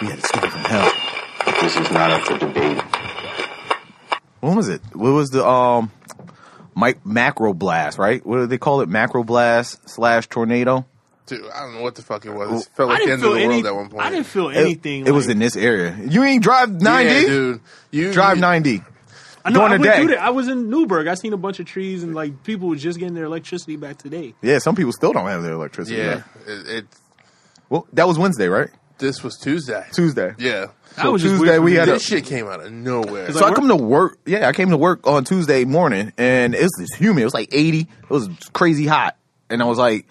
We had a story from hell. This is not up for debate. When was it? What was the um, Mike Macro Blast? Right? What do they call it? Macro Blast slash tornado. Dude, I don't know what the fuck it was. It felt like the end of the world at one point. I didn't feel It- anything. It, was like- in this area. You ain't drive ninety. Yeah, dude. You Drive you- ninety. I know, during I the went day. through that. I was in Newburgh. I seen a bunch of trees and like people were just getting their electricity back today. Yeah, some people still don't have their electricity. Yeah, right? it, it. Well, that was Wednesday, right? This was Tuesday. Tuesday. Yeah. I was just Tuesday weird for we me. had a- This shit came out of nowhere. So I Like, come to work. Yeah, I came to work on Tuesday morning, and it was just humid. It was like eighty. It was crazy hot, and I was like,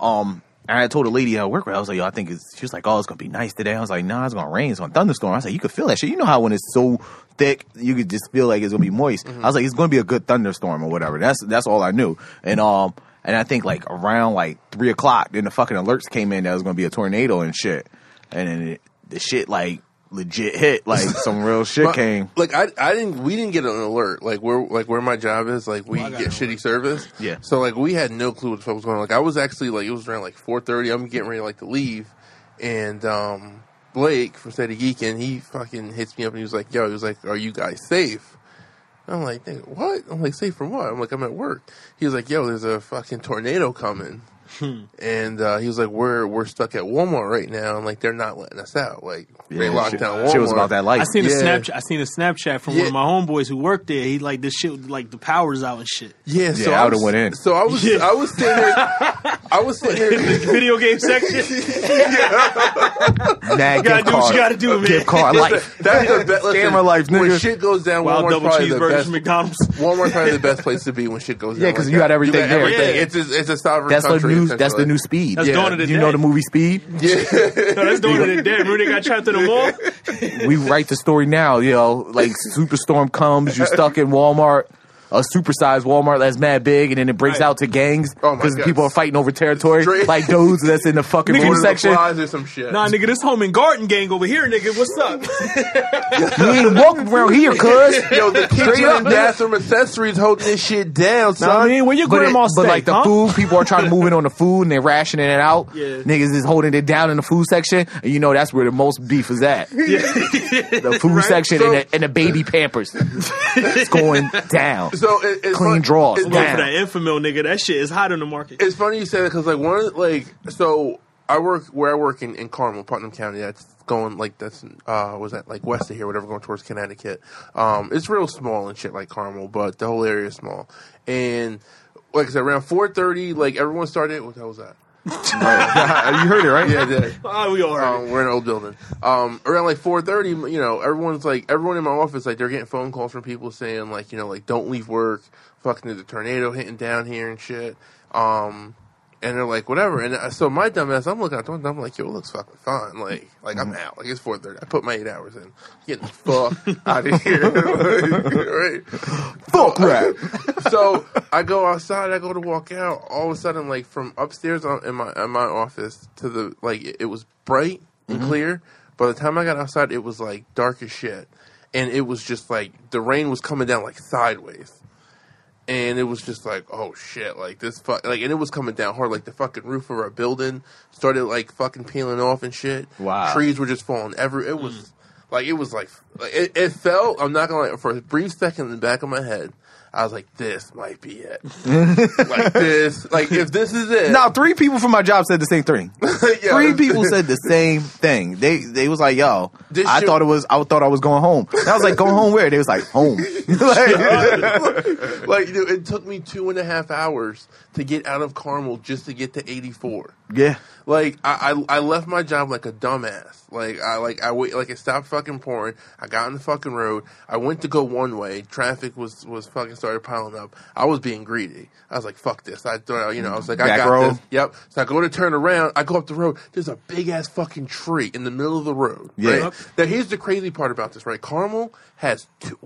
um, I had told a lady I work with. I was like, yo, I think it's. She was like, oh, it's gonna be nice today. I was like, nah, it's gonna rain. It's gonna thunderstorm. I was like, you could feel that shit. You know how when it's so thick, you could just feel like it's gonna be moist. I was like, it's gonna be a good thunderstorm or whatever. That's that's all I knew, and um. And I think like around like three o'clock, then the fucking alerts came in that it was gonna be a tornado and shit, and then it, the shit like legit hit like some real shit But, came. Like I, I didn't. We didn't get an alert. Like where, like where my job is. Like we get shitty service. Yeah. So like we had no clue what the fuck was going on. Like I was actually like it was around like four thirty. I'm getting ready like to leave, and um Blake from Steady Geekin, he fucking hits me up and he was like, "Yo," he was like, "Are you guys safe?" I'm like, "Nigga, "What?" I'm like, "Safe from what?" I'm like, "I'm at work." He was like, "Yo, there's a fucking tornado coming." And uh, he was like, "We're we're stuck at Walmart right now, and like they're not letting us out. Like they Yeah, locked shit- down Walmart." Shit was about that light. I seen Yeah. a Snapchat. I seen a Snapchat from one Yeah. of my homeboys who worked there. He like this shit, like the powers out and shit. Yeah, so Yeah, I I would've was- went in. So I was, I was sitting there, I was sitting there. Video game section. Nah, gotta gift do what card. you gotta do, man. Gift card life. That's the best. Scammer life, When nigga. shit goes down, Wild Walmart's double probably the cheeseburgers best. from McDonald's. Walmart's probably the best place to be when shit goes down. Yeah, 'cause like you that. got everything there. everything. Yeah. It's a, it's a sovereign That's the country. new. That's the new essentially. speed. That's Yeah. Dawn of the You Dead. know the movie Speed? No, that's Dawn of the Dead. Remember they got trapped in the mall? We write the story now. You know, like superstorm comes, you're stuck in Walmart, a supersized Walmart that's mad big, and then it breaks Right. out to gangs Oh my because God. people are fighting over territory, Straight- like those that's in the fucking Order food the section. flies or some shit. Nah, nigga, this home and garden gang over here, nigga. What's up? You ain't walking around here, cuz. Yo, the kitchen up. and bathroom accessories holding this shit down, son. I mean, where your But, it- grandma but stay, like the huh? food, people are trying to move in on the food and they're rationing it out. Yeah. Niggas is holding it down in the food section, and you know that's where the most beef is at. the food section So- and, the, and the baby Pampers. it's going down. so it, it's Clean fun- draws. It's, Damn. Going for that infamil, nigga. That shit is hot on the market. it's funny you say that because like one of the, like so I work where I work in, in Carmel, Putnam County. That's going like that's uh was that like west of here, whatever, going towards Connecticut. Um, it's real small and shit like Carmel, but the whole area is small. And like I said, around four thirty, like everyone started. What the hell was that? you heard it, right? Yeah, yeah. Ah, we all right. Um, we're in an old building. Um, around like four thirty, you know, everyone's like, everyone in my office, like, they're getting phone calls from people saying, like, you know, like, don't leave work. Fucking there's a tornado hitting down here and shit. Um, and they're like, whatever. And uh, so my dumbass, I'm looking at the window, I'm like, yo, it looks fucking fine. Like, like I'm out. Like it's four thirty. I put my eight hours in. Getting the fuck out of here. right? Fuck rap. so I go outside. I go to walk out. All of a sudden, like from upstairs on, in my in my office to the like, it, it was bright and clear. By the time I got outside, it was like dark as shit, and it was just like the rain was coming down like sideways. And it was just like, oh shit, like this fuck, like, and it was coming down hard, like the fucking roof of our building started like fucking peeling off and shit. Wow. trees were just falling every. It was like it was like, like it, it felt. I'm not gonna lie, for a brief second in the back of my head, I was like, this might be it. like this, like if this is it. Now, three people from my job said the same thing. Yeah. Three people said the same thing. They they was like, "Yo, This I shit- thought it was I thought I was going home." And I was like, "Going home where?" They was like, "Home." like dude, it took me two and a half hours to get out of Carmel just to get to 84. yeah. Like I, I, I left my job like a dumbass. Like I like I wait like it stopped fucking pouring. I got on the fucking road. I went to go one way. Traffic was was fucking started piling up. I was being greedy. I was like, fuck this. I thought you know I was like I Back got road? this. Yep. So I go to turn around. I go up the road. There's a big ass fucking tree in the middle of the road. Yeah. Right? Now here's the crazy part about this. Right. Carmel has two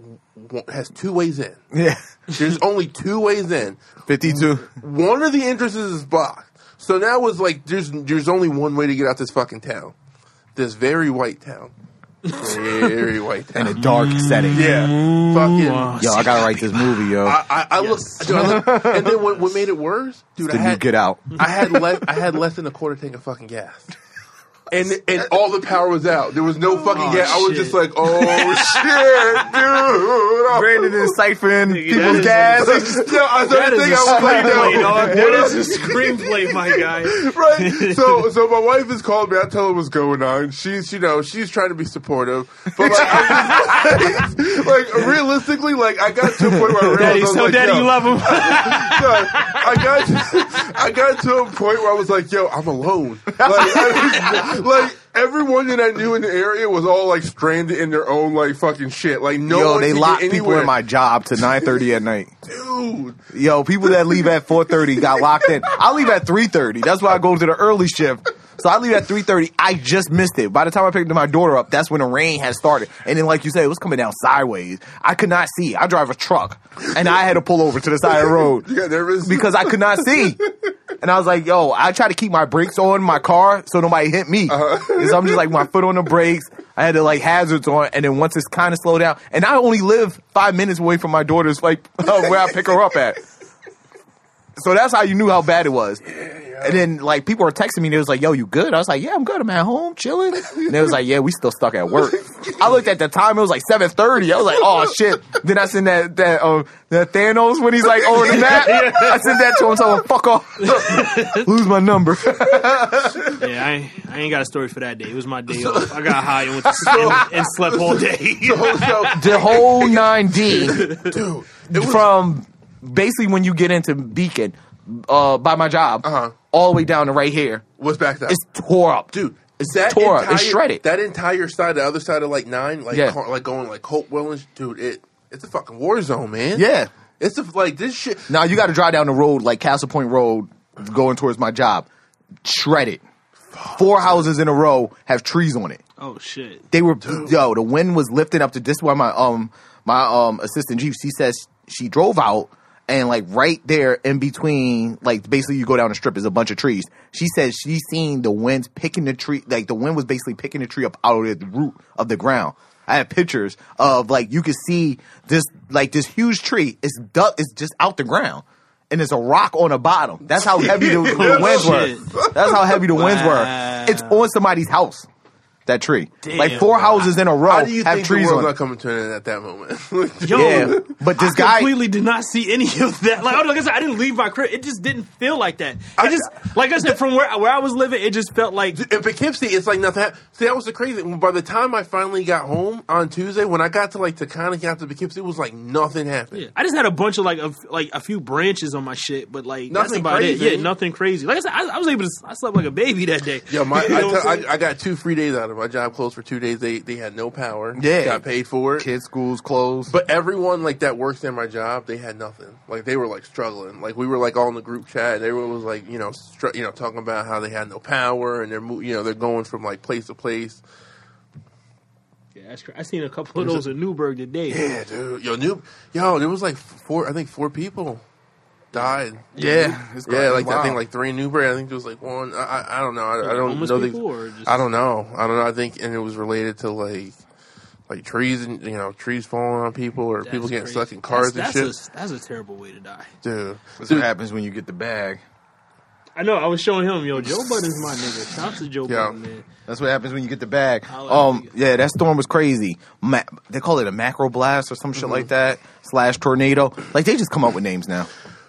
has two ways in. Yeah. There's only two ways in Fifty-two. one of the entrances is blocked. So now it's like there's there's only one way to get out this fucking town. This very white town. Very white in a town. dark setting. Yeah. Fucking Yo, I gotta write this movie, yo. I, I, I looked, dude, I looked- and then what, what made it worse, dude? I Then you had get out. I had less. I had less than a quarter tank of fucking gas. and and all the power was out. There was no fucking Oh, gas. I was shit. just like, oh shit, dude. Brandon is siphoning that people's is- gas. No, I That is think I a was like, screenplay, no. dog. That is a screenplay, my guy. right? So, so my wife has called me. I tell her what's going on. She's, you know, she's trying to be supportive, but like, I'm just like, like, realistically, like I got to a point where I realized I Daddy, was so like, daddy, yo, you love him. no, I got, to, I got to a point where I was like, yo, I'm alone. Like, I was- like everyone that I knew in the area was all like stranded in their own like fucking shit. Like no Yo, one they could lock get people anywhere. in my job to 9.30 at night. dude. Yo, people that leave at 4.30 got locked in. I leave at 3.30. That's why I go to the early shift. So I leave at 3.30. I just missed it. By the time I picked my daughter up, that's when the rain had started. And then, like you said, it was coming down sideways. I could not see. I drive a truck. And I had to pull over to the side of the road. You got nervous because I could not see. And I was like, yo, I try to keep my brakes on my car so nobody hit me. And so I'm just like, my foot on the brakes. I had to like hazards on. And then once it's kind of slowed down, and I only live five minutes away from my daughter's, like uh, where I pick her up at. So that's how you knew how bad it was. And then like people were texting me and it was like, yo, you good? I was like, yeah, I'm good. I'm at home chilling. And it was like, yeah, we still stuck at work. I looked at the time, it was like 7.30. I was like, oh shit. Then I sent that, that, uh, that Thanos when he's like over the map. I sent that to him, so fuck off. Lose my number. Yeah, I, ain't- I ain't got a story for that day. It was my day off. I got high and, went to, and, and slept all day. So, the whole 9D dude, it was from basically when you get into Beacon, uh, by my job, Uh-huh. all the way down to right here. was back then. It's tore up. dude. it's that tore up. entire, It's shredded. That entire side, the other side of like nine, like Yeah. car, like going like Hopewell and sh- dude, it it's a fucking war zone, man. Yeah. it's a, like this shit. Now you got to drive down the road like Castle Point Road, going towards my job. Shredded. Four houses in a row have trees on it. oh shit! They were yo. The wind was lifting up to this. is Why my um my um assistant chief she says she drove out and like right there in between like basically you go down the strip is a bunch of trees. She says she seen the winds picking the tree like the wind was basically picking the tree up out of the root of the ground. I had pictures of like you could see this like this huge tree. It's du- it's just out the ground. And it's a rock on the bottom. That's how heavy the, the winds were. Shit. That's how heavy the winds Wow. were. It's on somebody's house that tree. Damn. Like four houses in a row How do you Oh, have think the trees world's on. not it. coming to an end at that moment? Like, Yo, Yeah, but this I guy- completely did not see any of that. Like, like I said, I didn't leave my crib. It just didn't feel like that. I just, like I said, from where where I was living, it just felt like in Poughkeepsie, it's like nothing. Happened. See, that was the crazy. By the time I finally got home on Tuesday, when I got to like to kind of get out to Poughkeepsie, it was like nothing happened. I just had a bunch of like a, like a few branches on my shit, but like that's Nothing about crazy. it. Yeah, nothing crazy. Like I said, I, I was able to. I slept like a baby that day. Yo, my You know I, what I'm tell- I- saying? I got two free days out of it. my job closed for two days. They they had no power. Yeah. got paid for it. Kids' schools closed. But everyone like that works in my job, they had nothing. Like they were like struggling. Like we were like all in the group chat, and everyone was like, you know, str- you know, talking about how they had no power and they're, mo- you know, they're going from like place to place. Yeah, that's cra- I seen a couple of those in Newburgh today. Yeah, dude. Yo, new, yo, there was like four. I think four people died. yeah, it's Yeah, like I wild. think like three in Newbury. I think there was like one. I I, I don't know. I, I don't homeless know. the- people or just- I don't know. I don't know. I think and it was related to like like trees and you know trees falling on people or That's people getting crazy. stuck in cars that's, and that's A, that's a terrible way to die. shit. dude, That's dude, what happens when you get the bag. I know. I was showing him, yo, Joe Budden's my nigga. Shout out to Joe Yeah. Budden, man. That's what happens when you get the bag. Holla at Um, you. yeah, that storm was crazy. Ma- they call it a macro blast or some Mm-hmm. shit like that slash tornado. Like they just come up with names now.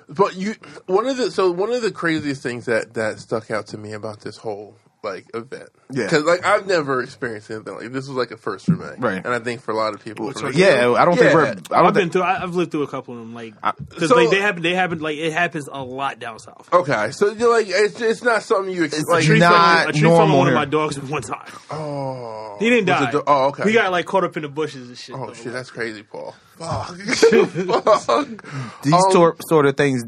But you, one of the so one of the craziest things that that stuck out to me about this whole like event, Yeah. because like I've never experienced anything like this was like a first for me, Right. And I think for a lot of people, for me- Yeah, I don't think Yeah. we're. I I've don't been think. through. I, I've lived through a couple of them. Like, because so- Oh, like they happen. They happen. Like it happens a lot down south. Okay, so you're like it's it's not something you ex- It's like. tree- fell on- not a tree fell on normal one of here. my dogs one time. oh, He didn't Was die. it the- oh, okay. We got like caught up in the bushes and shit. Oh though. shit, that's crazy, Paul. Fuck. Fuck. These um, sort sort of things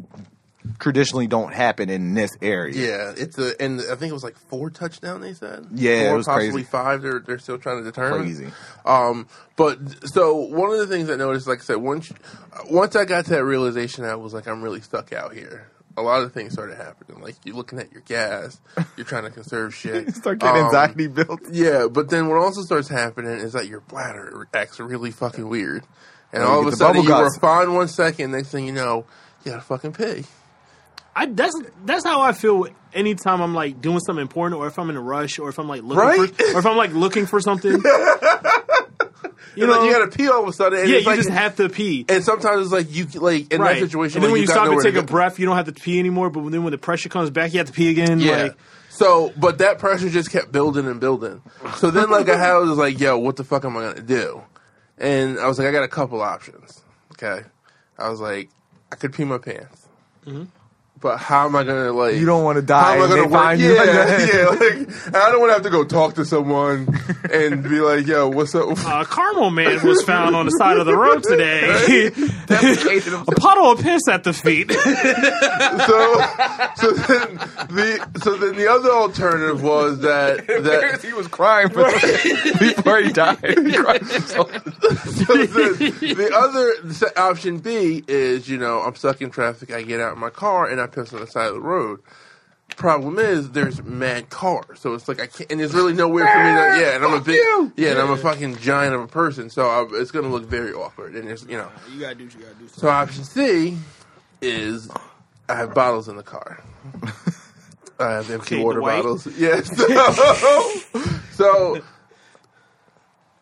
traditionally don't happen in this area. Yeah, it's a and I think it was like four touchdown they said. Yeah, it four, was possibly crazy. five. They're they're still trying to determine. Crazy. Um, but so one of the things I noticed, like I said, once once I got to that realization, I was like, I'm really stuck out here. A lot of things started happening. Like you're looking at your gas, you're trying to conserve shit. Start getting Um, anxiety built. Yeah, but then what also starts happening is that your bladder acts really fucking weird, and Oh, you all of get a the sudden bubble you were guts. fine one second. Next thing you know, you got to fucking pee. I that's that's how I feel anytime I'm like doing something important or if I'm in a rush or if I'm like looking Right? for, or if I'm like looking for something. you You know, you gotta pee all of a sudden. And yeah, it's you like, just have to pee. And sometimes it's like you like in that situation. and then like, when you, got stop and nowhere to take a go. breath, you don't have to pee anymore. But then when the pressure comes back, you have to pee again. Yeah. Like, so, but that pressure just kept building and building. So then, like, I had- I was like, yo, what the fuck am I gonna do? And I was like, I got a couple options. Okay. I was like, I could pee my pants. Mm-hmm. But how am I gonna like? You don't wanna die How am I and gonna they work? find yeah, you like that. yeah. Like, I don't want to have to go talk to someone and be like, "Yo, what's up?" uh, Carmel man was found on the side of the road today. Defecated a puddle of piss at the feet. so, so then the so then the other alternative was that that he was crying for before he died. He cried himself. so the, the other s- option B is you know I'm stuck in traffic. I get out in my car and I piss on the side of the road. Problem is, there's mad cars, so it's like I can't, and there's really nowhere for me to. Yeah, and I'm a big, yeah, and I'm a fucking giant of a person, so I, it's gonna look very awkward. And there's, you know, you gotta do what you gotta do. so option C is I have bottles in the car. I have empty Okay, water Dwight. bottles. Yes. So, so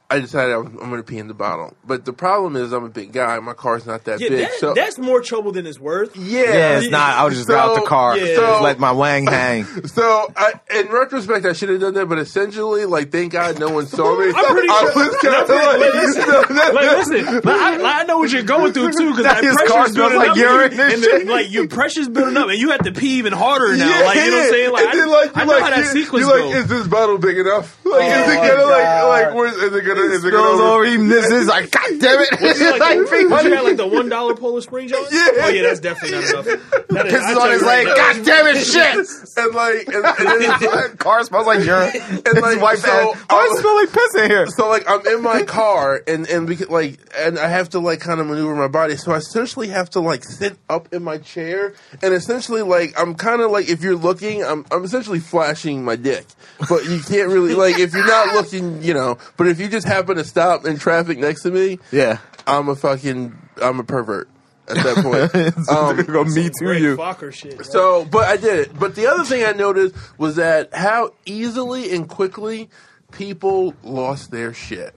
I decided I'm, I'm going to pee in the bottle. But the problem is I'm a big guy. My car's not that Yeah, big. that, so that's more trouble than it's worth. yeah. Yeah, it's not. I was just out the car. So- Just let my wang hang. So, I, in retrospect, I should have done that, but essentially, like, thank God no one saw me. I'm pretty I sure- was kinda Like, like- listen, like, listen like, I, like, I know what you're going through too, because That that his car pressure's smells building like up, urine and, and and shit. then, like your pressure's building up, and you have to pee even harder now. Yeah, like you know what I'm saying? Like, and then, I, I you're know like, how that you're- sequence Oh you're goes. like, is this bottle big enough? Like, is it my gonna God. like, like, where's, is it gonna, is it Goes gonna? over him. This is like, God damn it! It's Like, like, what big you money. got like the one dollar Polish Spring John? Yeah. Oh yeah, that's definitely not enough. That is- I Pisses tell on you his leg. right now. God damn it! Shit. And like, and, and then it's like, car smells like urine. And like, like, wife so- ass. Why does it smell like piss in here? so like, I'm in my car, and and because, like, and I have to like kind of maneuver my body, so I essentially have to like sit up in my chair, and essentially like I'm kind of like, if you're looking, I'm I'm essentially flashing my dick, but you can't really like if you're not looking, you know, but if you just happen to stop in traffic next to me, Yeah. I'm a fucking I'm a pervert at that point. Um, go me too Great you. Fokker shit. right? So, but I did it. But the other thing I noticed was that how easily and quickly people lost their shit.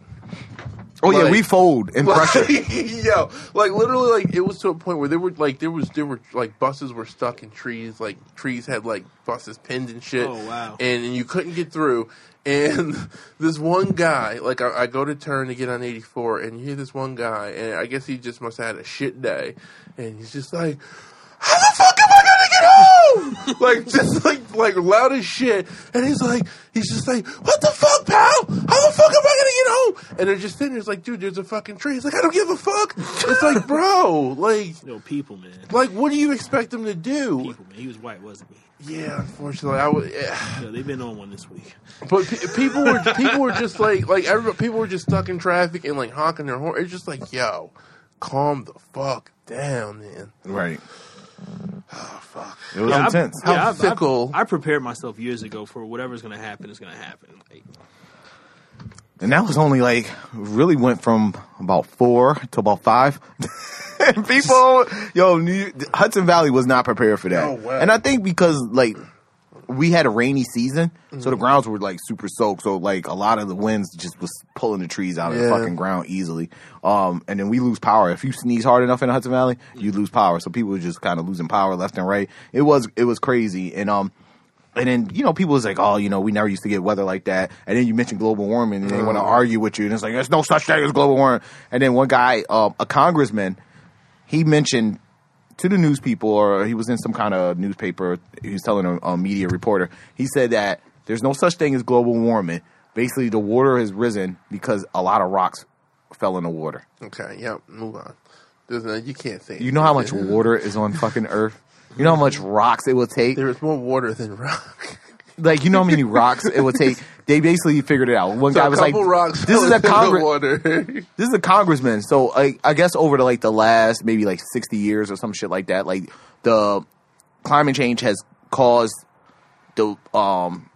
Oh yeah, Like- we fold in pressure. yo, like literally, like it was to a point where there were like there was there were like buses were stuck in trees, like trees had like buses pinned and shit. Oh, wow. And, and you couldn't get through. And this one guy, like I, I go to turn to get on eighty four, and you hear this one guy, and I guess he just must have had a shit day, and he's just like. How the fuck am I gonna get home? like just like like loud as shit, and he's like, he's just like, what the fuck, pal? How the fuck am I gonna get home? And they're just sitting there, it's like, dude, there's a fucking tree. He's like, I don't give a fuck. It's like, bro, like, Yo, people, man. like, what do you expect them to do? People, man. He was white, wasn't he? Yeah, unfortunately, I would. Yeah. Yo, they've been on one this week. But pe- people were people were just like like everybody, people were just stuck in traffic and like honking their horn. It's just like, yo, calm the fuck down, man. Right. Oh fuck. It was Yeah, I- intense. yeah, How I've- I've- fickle. I, prepared myself years ago for whatever's going to happen is going to happen. Like, And that was only like really went from about four to about five. and people, yo, New, Hudson Valley was not prepared for that. No way. And I think because like we had a rainy season, so the grounds were like super soaked. So like a lot of the winds just was pulling the trees out of the Yeah. fucking ground easily. Um, and then we lose power if you sneeze hard enough in the Hudson Valley, you lose power. So people were just kind of losing power left and right. It was it was crazy. And um, and then you know people was like, oh, you know, we never used to get weather like that. And then you mentioned global warming, and they want to argue with you, and it's like there's no such thing as global warming. And then one guy, um, a congressman, he mentioned to the news people, or he was in some kind of newspaper. He was telling a, a media reporter. He said that there's no such thing as global warming. Basically, the water has risen because a lot of rocks fell in the water. Okay, yeah, move on. There's no, you can't say. You know how much water is on fucking Earth. You know how much rocks it will take. There is more water than rock. like you know how many rocks it would take. They basically figured it out. One So guy a was like, couple rocks. "This is a congress. Congress. Water. This is a congressman." So I, I guess over to like the last maybe like sixty years or some shit like that. Like the climate change has caused the um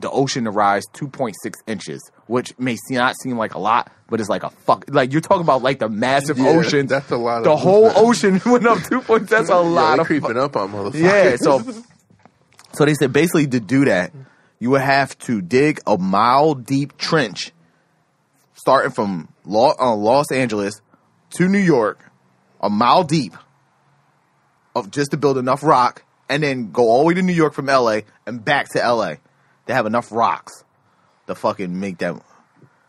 the ocean to rise 2.6 inches, which may se- not seem like a lot, but it's like a fuck. Like you're talking about like the massive Yeah, ocean. that's a lot of The whole movement. ocean went up 2.6. That's a lot they of creeping up on motherfuckers. yeah, so so they said basically to do that, you would have to dig a mile deep trench, starting from Los, uh, Los Angeles to New York, a mile deep, of just to build enough rock, and then go all the way to New York from L.A. and back to L.A. They have enough rocks to fucking make that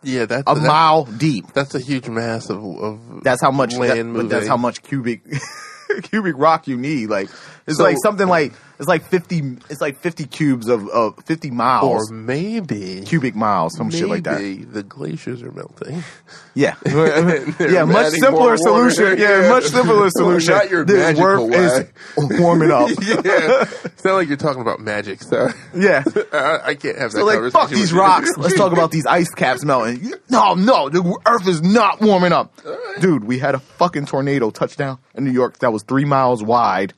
yeah, that's a that- mile deep. That's a huge mass of of. That's how much land that- moving. but that's how much cubic cubic rock you need. Like it's So- like something like it's like fifty it's like fifty cubes of, of fifty Or miles. maybe cubic miles, some shit like that. maybe The glaciers are melting. Yeah. yeah, They're much adding more simpler water. solution. Yeah, much simpler solution. Not your This magical Earth is warming up. yeah, it's not like you're talking about magic, so yeah. I, I can't have that So like conversation. fuck with these you. rocks. Let's talk about these ice caps melting. No, no, the earth is not warming up. Dude, we had a fucking tornado touchdown in New York that was three miles wide,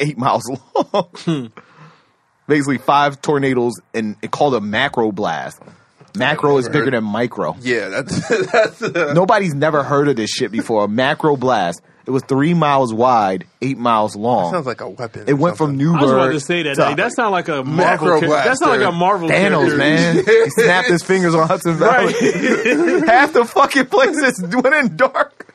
eight miles long. Hmm. Basically five tornadoes and it called a macro blast. Macro is bigger than micro. Yeah, that's that's. Uh, Nobody's never heard of this shit before. A macro blast. It was three miles wide, eight miles long. Sounds like a weapon. it went from New I was about York to say that. Like, that's not like a Macro Marvel. Char- that's not like blaster. a Marvel. Thanos, character. man. he snapped his fingers on Hudson Valley. Half the fucking place is went in dark.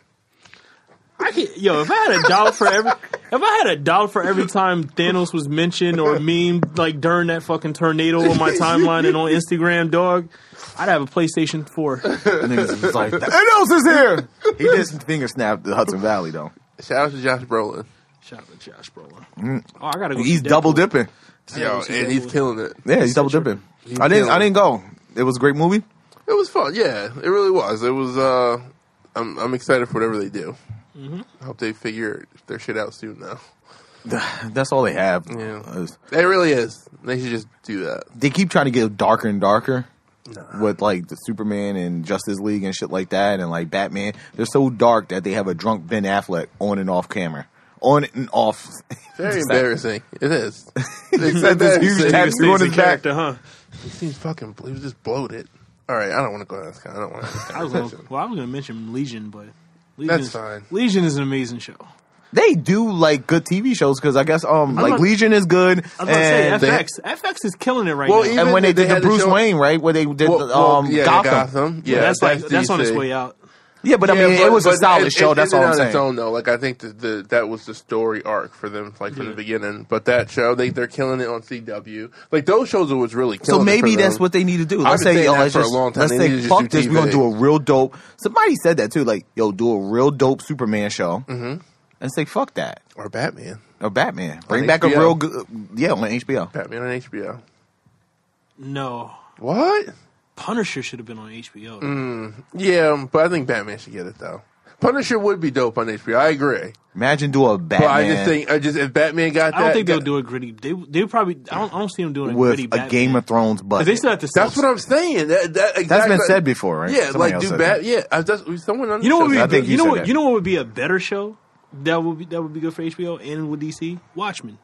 I can, yo, if I had a dollar for every, if I had a dollar for every time Thanos was mentioned or memed like during that fucking tornado on my timeline and on Instagram, dog, I'd have a PlayStation Four. And niggas was like, Thanos is here. He just finger snapped the Hudson Valley, though. Shout out to Josh Brolin. Shout out to Josh Brolin. Oh, I gotta go. He's see Deadpool. double dipping. Yo, see and that he's movie. killing it. Yeah, he's double dipping. He's I didn't. killing I didn't go. It was a great movie. It was fun. Yeah, it really was. It was. uh I'm I'm excited for whatever they do. I hope they figure their shit out soon. Though That's all they have. Yeah. Is- it really is. They should just do that. They keep trying to get darker and darker. Nah. with like the Superman and Justice League and shit like that, and like Batman. They're so dark that they have a drunk Ben Affleck on and off camera, on and off. Very Just that- embarrassing. It is. It's said this huge embarrassing. tattoo He's on a his back. character, huh? He seems fucking. He was just bloated. All right, I don't want to go on this. con- I don't want. to I was gonna, well, I was gonna mention Legion, but Legion That's is, fine. Legion is an amazing show. They do like good TV shows because I guess um like not- Legion is good, I was and, gonna say they- FX. FX is killing it right Well, now. even- and when they, They did the had the Bruce show- Wayne right where they did Well, the, well, um yeah, Gotham. Yeah, that's like that's on its DC. way out. yeah, but I Yeah, mean but- it was a but solid it- show. it that's ended all I'm on saying. Its own though, like I think that the that was the story arc for them, like from the beginning. But that show, they they're killing it on CW. Like those shows are what's really So killing. it maybe for that's them. what they need to do. Let's say, been saying yo, that let's for a just, long time. let's They need to say, just fuck do this. We're gonna do TV. a real dope. Somebody said that too. Like, yo, do a real dope Superman show, mm-hmm. and say, fuck that. or Batman, or Batman. Bring On back a HBO. real good, yeah, on HBO. Batman on HBO. No, What? Punisher should have been on Mm, HBO. Yeah, um, but I think Batman should get it though. Punisher would be dope on HBO. I agree, Imagine do a but Batman I just think I just if Batman got that, I don't think they'll that- do a gritty. They they probably. I don't. I don't see them doing a with gritty. a Batman. Game of Thrones 'Cause but They still have to. That's what I'm saying. That, That's that been exactly- said before, right? Yeah, Somebody like else do said Bat. Yeah, I, that's someone. On the You know show what? said Would I be, think you, you know said what? that. You know what would be a better show that would be that would be good for HBO and with DC. Watchmen.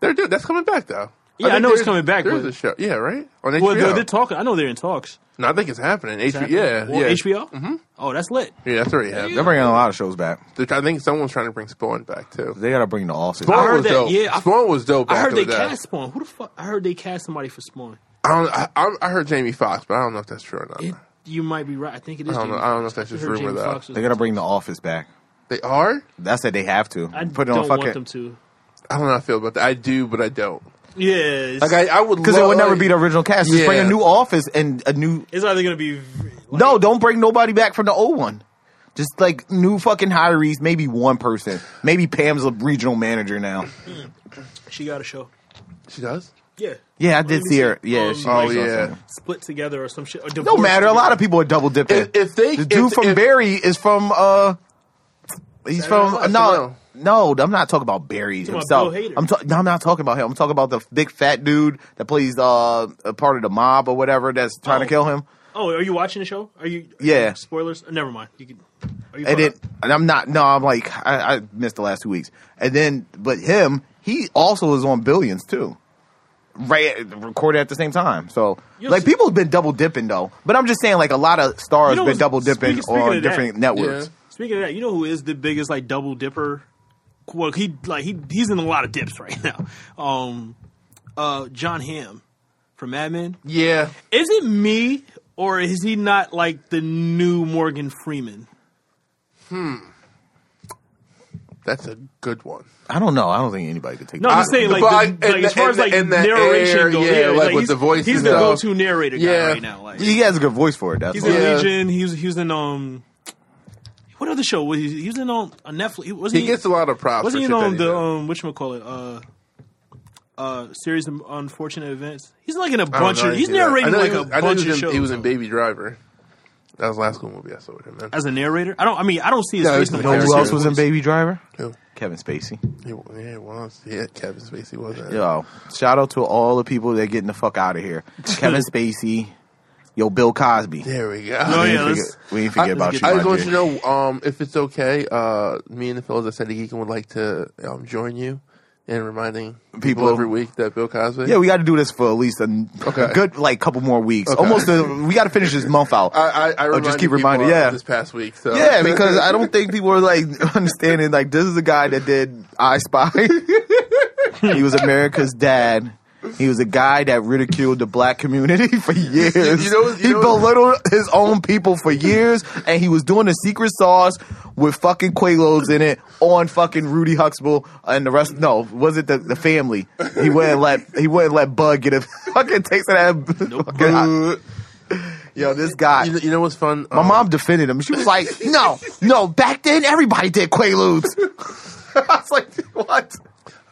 They're doing that's coming back though. Yeah, I think know it's there's- coming back, There's but- a show, yeah, right on HBO. Well, they're, they're talking. I know they're in talks. no, I think it's happening. HBO, Exactly. yeah, Well, yeah, HBO. Mm-hmm. Oh, that's lit. yeah, that's already happening. They're bringing a lot of shows back. They're try- I think someone's trying to bring Spawn back too. They got to bring the office. Spawn I heard was that, dope. yeah, I- Spawn was dope. I heard after they that. cast Spawn. Who the fuck? I heard they cast somebody for Spawn. I, don't, I, I- I heard Jamie Foxx, but I don't know if that's true or not. It, you might be right. I think it is. I don't know- Jamie I don't know Foxx. if that's just I heard rumor, Jamie though. Foxx was- They got to bring the office back. they are. That's that they have to. I Put it don't on want fucking them to. I don't know. how I feel about that. I do, but I don't. Yeah, it's, Like I, I would because it love- would never like- be the original cast. Just bring a Yeah. new office and a new. it's either gonna be v- like, No, don't bring nobody back from the old one. Just like new fucking hirees, maybe one person. Maybe Pam's a regional manager now. She got a show. She does. Yeah, Yeah, I did me see her. see. Yeah, Um, she Oh, likes yeah. us. split together or some shit. or No divorced matter. A lot together. of people are double dipping. If, if they, The dude if, from if, Barry is from uh he's Saturday Night from Live, no no I'm not talking about Barry talking himself. about Bill Hader. I'm ta- no, I'm not talking about him. I'm talking about the big fat dude that plays uh a part of the mob or whatever that's trying to Oh. kill him. Oh, are you watching the show? Are you? Yeah. Spoilers. Oh, Never mind. You can. Are And you fine? then and I'm not no I'm like I, I missed the last two weeks. And then but him he also is on Billions too. right recorded at the same time. So You'll like see- people have been double dipping though. But I'm just saying like a lot of stars You know been what's- double dipping speaking- speaking on of that, different Yeah. networks. Speaking of that, you know who is the biggest like double dipper? Well, he like he he's in a lot of dips right now. Um, uh, John Hamm from Mad Men. Yeah. Is it me or is he not like the new Morgan Freeman? That's a good one. I don't know. I don't think anybody could take. No, that. I'm just saying I- like, but I- the, like and as far the- as like and the narration air, goes, yeah, like with he's- the voice He's and the stuff. go-to narrator guy Yeah. right now. Like, he has a good voice for it. That's he's why. in Yeah. Legion. He was he was in um, what other show? Was he, he was in on a Netflix? Wasn't He he, gets a lot of props. Wasn't for he shit that on he the does. um whatchamacallit, uh uh series of unfortunate events? He's like in a I don't bunch know of he's anything about- I narrating know like he a was- I know he bunch was of in- shows. He was in Baby Driver. That was the last cool movie I saw with him. Man. as a narrator. I don't I mean I don't see his No, face he's in in You the know Harris who picture. else was in Baby Driver? Who? Kevin Spacey. He- yeah, it was. Yeah, Kevin Spacey was. in it. Yo, shout out to all the people that getting the fuck out of here. Kevin Spacey, yo, Bill Cosby. There we go. Oh, We ain't yeah, forget, let's- we ain't forget I- about you. I my just want you dude. to know um, if it's okay. Uh, me and the fellows at Sandy Geekin would like to um, join you in reminding people, People- every week that Bill Cosby. Yeah, we got to do this for at least a, n- a Okay. good like couple more weeks. Okay. Almost, a, we got to finish this month out. I, I, I Oh, just reminded keep people reminding- of yeah. this past week. So. yeah, because I don't think people are like understanding. Like, this is the guy that did I Spy. he was America's dad. He was a guy that ridiculed the black community for years. You know- you he know- belittled his own people for years, and he was doing the secret sauce with fucking Quaaludes in it on fucking Rudy Huxtable and the rest. No, was it the, the family? He wouldn't let he wouldn't let Bud get a fucking taste of that. fucking- yo, this guy. You know, you know what's fun? My mom defended him. She was like, "No, no, back then everybody did Quaaludes." I was like, "What?"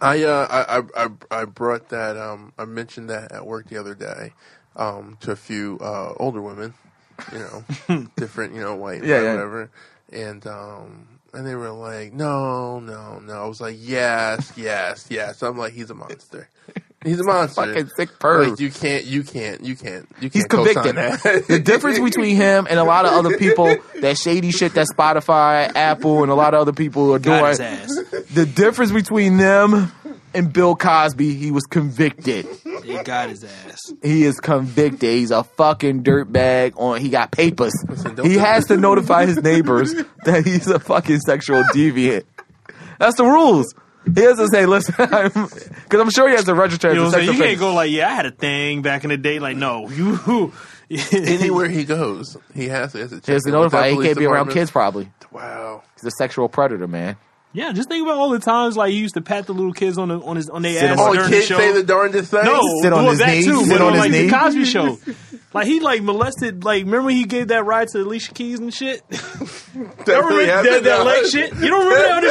I, uh, I I I I brought that. Um, I mentioned that at work the other day um, to a few uh, older women, you know, different, you know, white, Yeah, black, yeah. whatever, and um, and they were like, no, no, no. I was like, yes, yes, yes. I'm like, he's a monster. He's a monster. Fucking sick perv. Like you can't, you can't, you can't, you can't. He's co-sign convicted. That. the difference between him and a lot of other people that shady shit that Spotify, Apple, and a lot of other people are Got his doing. ass. The difference between them and Bill Cosby, he was convicted. He got his ass. He is convicted. He's a fucking dirtbag. On he got papers. don't- He has to notify his neighbors that he's a fucking sexual deviant. That's the rules. He has to say, "Listen," because I'm sure he has to register as You know a what I'm sexual. saying? You can't thing. go like, yeah, I had a thing back in the day. Like, no, you. Anywhere he goes, he has to. He has to, check He has to in with that notify. He police can't be around kids. department. Probably Wow. he's a sexual predator, man. yeah, just think about all the times like he used to pat the little kids on the, on his on their Sit ass on- Oh, during the kids show. say the darndest thing. No, Sit on well, his that knee, too. sit but on his like knee. the Cosby Show, like he like molested. Like remember when he gave that ride to Alicia Keys and shit. That Remember really that, that, happened? that leg shit? You don't remember that on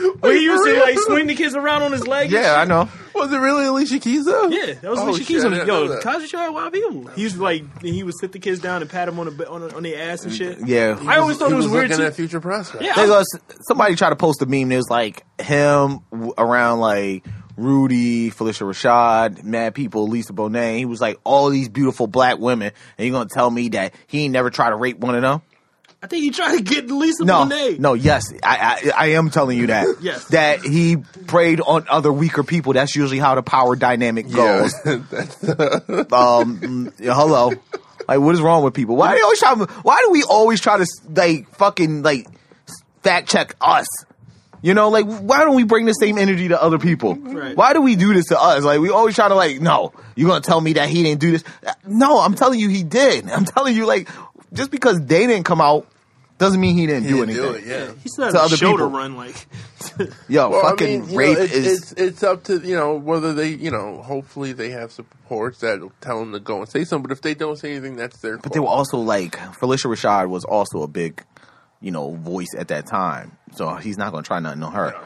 show where he used to real? like swing the kids around on his leg? and Yeah, I know. Was it really Alicia Keys though? shit? yeah, that was Oh, Alicia shit, Keys. I On the, didn't yo, know that. Cosby Show had wild people. He used to, like he would sit the kids down and pat them on the ba- on, the- on the ass and shit. Yeah, I always thought he it was, weird looking too. at future prospects. Yeah. They go, somebody tried to post a meme. It was like him w- around like Rudy, Felicia Rashad, mad people, Lisa Bonet. He was like all these beautiful black women, and you gonna tell me that he ain't never tried to rape one of them? I think he tried to get Lisa No, Bonet. no, yes, I, I I am telling you that. Yes. that he preyed on other weaker people. That's usually how the power dynamic goes. um, mm, hello. Like, what is wrong with people? Why do always try? Why do we always try to like fucking like fact check us? You know, like why don't we bring the same energy to other people? Right. Why do we do this to us? Like we always try to like, no, you're gonna tell me that he didn't do this? Uh, No, I'm telling you he did. I'm telling you like, just because they didn't come out doesn't mean he didn't do He anything. didn't do it, yeah. he still had To a other show to people. run. Like, Yo, Well, fucking I mean, you rape know, it's, is it's it's up to you know whether they you know hopefully they have supports that tell them to go and say something. But if they don't say anything, that's their. But they were also like Felicia Rashad was also a big, you know, voice at that time. So he's not gonna try nothing on her.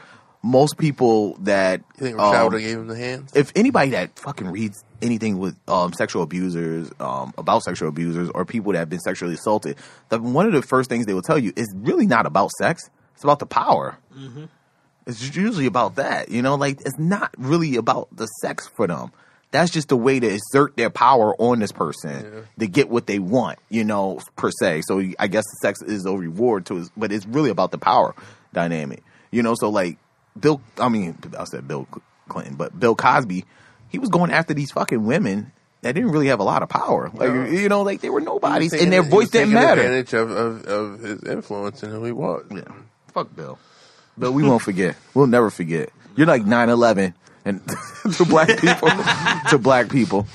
Most people that You think Rashad um, would have gave him the hands? if anybody that fucking reads anything with um, sexual abusers, um, about sexual abusers, or people that have been sexually assaulted, the, one of the first things they will tell you is really not about sex. It's about the power. It's usually about that. You know, like it's not really about the sex for them. That's just a way to exert their power on this person to get what they want, you know, per se. So I guess the sex is a reward to it, but it's really about the power dynamic, you know. So like Bill, I mean, I said Bill Clinton, but Bill Cosby he was going after these fucking women that didn't really have a lot of power. Like No. you know, like they were nobodies, Taking- and their he was voice didn't taking matter. Advantage of, of, of his influence and who he was. Yeah. Fuck Bill. Bill, we won't forget. We'll never forget. You're like 9-11 and to black people. to black people.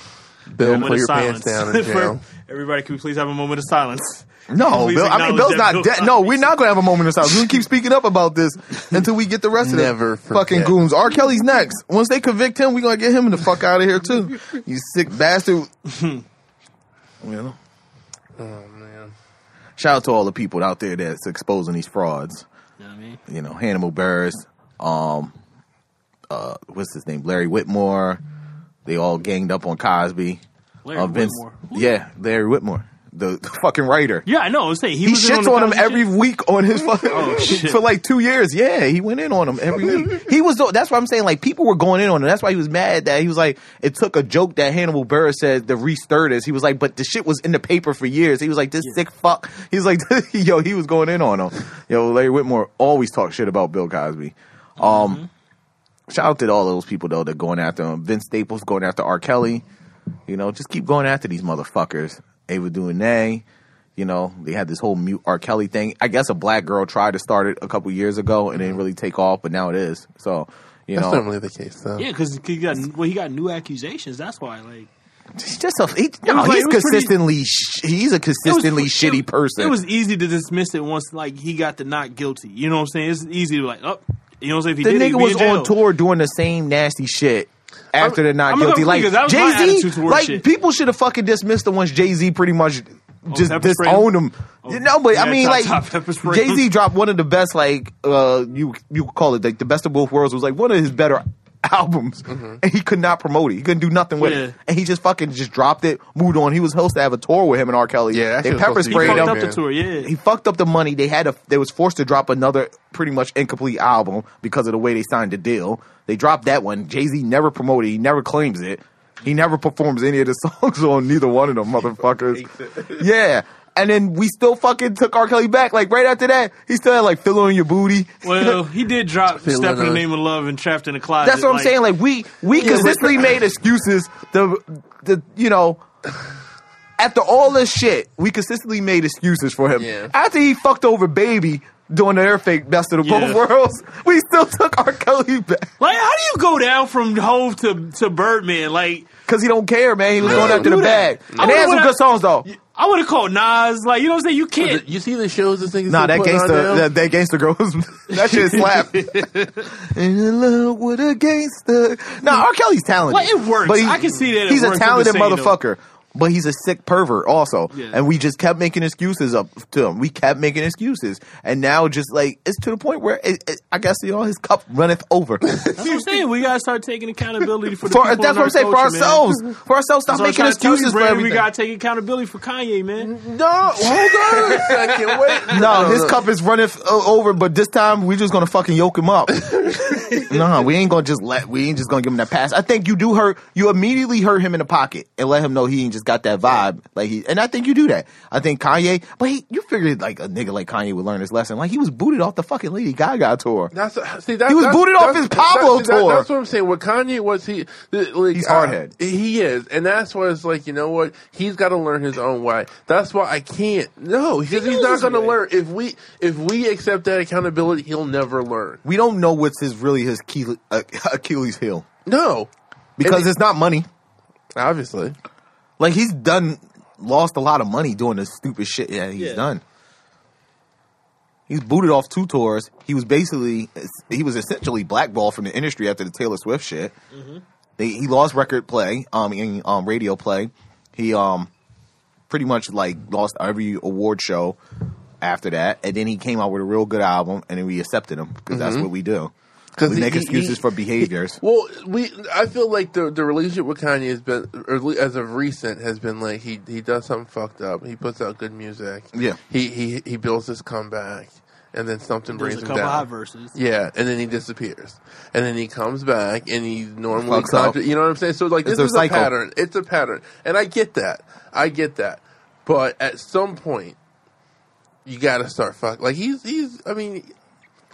Bill, Moment put of your silence. pants down in For- jail. Everybody, can we please have a moment of silence? No, Please Bill. I mean, acknowledge Bill's that not Bill dead. No, we're not gonna have a moment of silence. We're gonna keep speaking up about this until we get the rest Never of the fucking forget. goons. R. Kelly's next. Once they convict him, we're gonna get him the fuck out of here too. You sick bastard. you know. Oh man. Shout out to all the people out there that's exposing these frauds. You know what I mean? You know, Hannibal Burris, um, uh, what's his name, Larry Whitmore. They all ganged up on Cosby. Larry Uh, Vince- Whitmore. Who? yeah, Larry Whitmore, the, the fucking writer. Yeah, I know. I was saying he, He was in shits the on him Cosby every Show. week on his fucking shit. for like two years. Yeah, he went in on him every week. He was the- that's why I'm saying like people were going in on him. That's why he was mad that he was like it took a joke that Hannibal Burris said the Reese Sturtis. He was like, but the shit was in the paper for years. He was like this sick fuck. He was like, yo, he was going in on him. Yo, Larry Whitmore always talked shit about Bill Cosby. Um, Mm-hmm. shout out to all those people though that going after him. Vince Staples going after R. Kelly. You know, just keep going after these motherfuckers. Ava DuVernay. You know, they had this whole mute R. Kelly thing. I guess a black girl tried to start it a couple years ago and didn't really take off, but now it is. So, you That's know, normally the case though. Yeah, because he got well, he got new accusations. That's why, like, he's just a he, no, like- he's it was pretty- consistently sh- he's a it was- consistently it- shitty person. It was easy to dismiss it once, like he got the not guilty. You know what I'm saying? It's easy to like, oh, you know what I'm saying? If he the did, it, nigga he'd be was in jail. on tour doing the same nasty shit after the not I'm gonna go guilty. with Like you 'cause that was my Jay attitude Z, towards like shit. people should have fucking dismissed the ones Jay Z pretty much just pepper spray him? disowned him. You know, but I Yeah, mean, top- top pepper like spray him. Jay Z dropped one of the best, like uh, you you could call it like the best of both worlds. Was like one of his better albums, and he could not promote it. He couldn't do nothing with Mm-hmm. Yeah. it, and he just fucking just dropped it, moved on. He was supposed to have a tour with him and R. Kelly. Yeah, that shit they was pepper supposed to be sprayed fucked him dope, up the man. tour. Yeah, he fucked up the money. They had a they was forced to drop another pretty much incomplete album because of the way they signed the deal. They dropped that one. Jay Z never promoted. it. He never claims it. He never performs any of the songs on neither one of them motherfuckers. yeah. And then we still fucking took R. Kelly back. Like right after that, he still had like fill on your booty. well, he did drop Feel "Step in the like- Name of Love" and "Trapped in a Closet." That's what I'm like, saying. Like we we but- consistently made excuses. The the you know. After all this shit, we consistently made excuses for him. Yeah. After he fucked over baby doing the air fake best of the Yeah. both worlds, we still took our Kelly back Like, how do you go down from Hove to to Birdman? Like, because he don't care, man. He was going after do the bag, that. I and they had some would've went good after- songs though. I would have called Nas. Like, you know what I'm saying? You can't. You see the shows this thing is Nah, still that putting on gangster, now? that, that gangster girl, was, that shit slapped. In love with a gangster. Nah, R. Kelly's talented. Well, it works. I can see that it he's works. a I'm talented just saying, motherfucker, but he's a sick pervert also. Yeah. And we just kept making excuses up to him. We kept making excuses, and now just like it's to the point where it, it, I guess you know his cup runneth over. That's what I'm saying. We gotta start taking accountability for the For, people that's in what our I'm saying. For culture, man. ourselves, for ourselves, stop So I'm making trying to tell you, excuses for Brandon, everything. We gotta take accountability for Kanye, man. No, Uh, hold on a second. Wait. No, his cup is running f- o- over, but this time we just gonna fucking yoke him up. no, we ain't gonna just let. We ain't just gonna give him that pass. I think you do hurt. You immediately hurt him in the pocket and let him know he ain't just got that vibe. Like he, and I think you do that. I think Kanye, but he, you figured like a nigga like Kanye would learn his lesson. Like he was booted off the fucking Lady Gaga tour. That's see that He was that's- booted off that's- his Pablo that- see, that- tour. that's what I'm saying. What Kanye was, he th- like, He's uh, hardhead. he is, and that's why it's like you know what he's got to learn his own way. That's why I can't. No, because he's not knows going to it. learn. If we if we accept that accountability, he'll never learn. We don't know what's his really his key, uh, Achilles heel No, because And- it's not money. obviously. Like he's done lost a lot of money doing the stupid shit that he's Yeah. done. He's booted off two tours. He was basically he was essentially blackballed from the industry after the Taylor Swift shit. They, he lost record play, um, in, um, radio play. He um, pretty much like lost every award show after that, and then he came out with a real good album, and then we accepted him because that's what we do. 'Cause we he- make he- excuses he- for behaviors. Well, we I feel like the the relationship with Kanye has been, or at least as of recent, has been like he he does something fucked up. He puts out good music. Yeah. He he he builds his comeback, and then something There's brings a him couple hot down. verses. Yeah, and then he disappears, and then he comes back, and he normally Fucks up. contra- you know what I'm saying. So like It's this a is cycle. a pattern. It's a pattern, and I get that. I get that, but at some point, you got to start fuck. Like he's he's. I mean,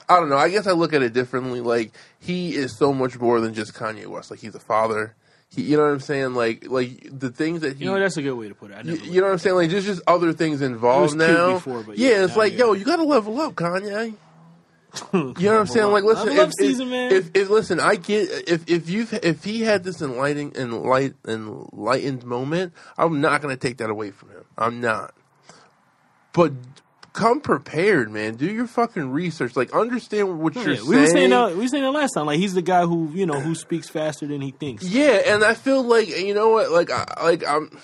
I don't know. I guess I look at it differently. Like he is so much more than just Kanye West. Like he's a father. He, you know what I'm saying? Like like the things that he. You know, that's a good way to put it. I you, never you know what I'm saying? Like, there's just other things involved It was cute now. before, but yeah, yeah, it's now like, you- yo, you gotta level up, Kanye. You know what I'm saying? Like, listen, Level up if, if, season, man. If, if listen, I get if if you have if he had this enlightening enlight enlightened moment, I'm not gonna take that away from him. I'm not. But come prepared, man. Do your fucking research. Like, understand what Oh, Yeah, you're we were saying saying that we were saying that last time. Like he's the guy who you know who speaks faster than he thinks. Yeah, and I feel like you know what, like I like I'm,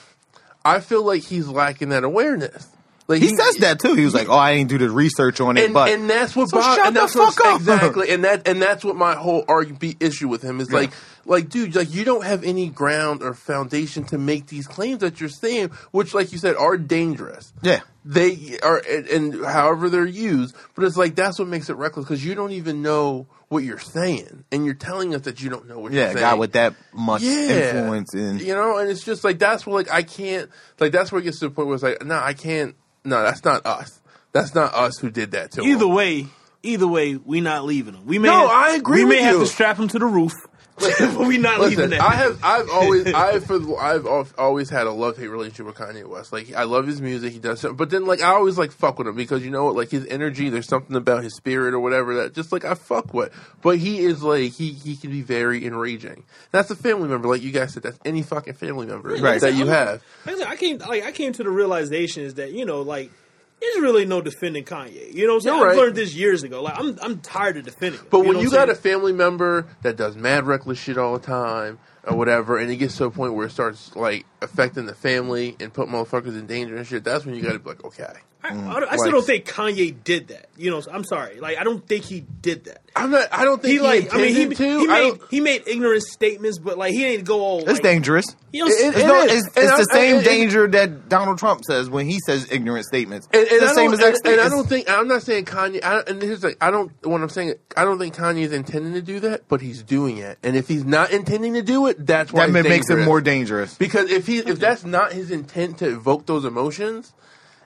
I feel like he's lacking that awareness. Like He says that too. He was like, "Oh, I ain't do the research on it, and, but and that's what So Bob, shut and the that's what- fuck up. exactly, and that and that's what my whole argument issue with him is like, like dude, like you don't have any ground or foundation to make these claims that you're saying, which, like you said, are dangerous. yeah, They are, and, and however they're used, but it's like that's what makes it reckless because you don't even know what you're saying, and you're telling us that you don't know what yeah, you're a saying guy with that much yeah. influence and you know, and it's just like that's where like I can't like that's where it gets to the point where it's like, no, I can't no, that's not us. That's not us who did that to him. Either way, either way, we not leaving him. We may No, have, I agree We may with have you. to strap him to the roof, but we not leaving Listen, that. I have I've always I for the- I've al- always had a love hate relationship with Kanye West. Like I love his music, he does something, but then like I always like fuck with him because you know what, like his energy, there's something about his spirit or whatever that just like I fuck with. But he is like he he can be very enraging. That's a family member, like you guys said. That's any fucking family member Right. that you have. Like I said, I came like I came to the realization is that you know like there's really no defending Kanye. You know what I'm saying? You're I right. learned this years ago. Like I'm I'm tired of defending. Him, But know when what you I'm got a saying? family member that does mad reckless shit all the time or whatever, and it gets to a point where it starts like affecting the family and put motherfuckers in danger and shit, that's when you got to be like, okay, I, I, don't- I still like- don't think Kanye did that. You know, I'm sorry. Like I don't think he did that. I'm not. I don't think He he, like I mean he, intended to. he I made don't- he made ignorant statements, but like he ain't go all. it's like, dangerous. He don't, It- It's, it no, is. it's, And it's I- the same and- and- danger that Donald Trump says when he says ignorant statements. And, and it's I the same don't- exact and, and I statements. don't think I'm not saying Kanye. I, don't- and here's like I don't. What I'm saying, I don't think Kanye's intending to do that, but he's doing it. And if he's not intending to do it, that's why that it's ma- makes it dangerous. more dangerous. Because if he if that's not his intent to evoke those emotions,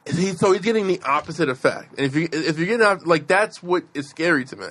is he so he's getting the opposite effect. And if you if you're getting out like that's what is scary to me,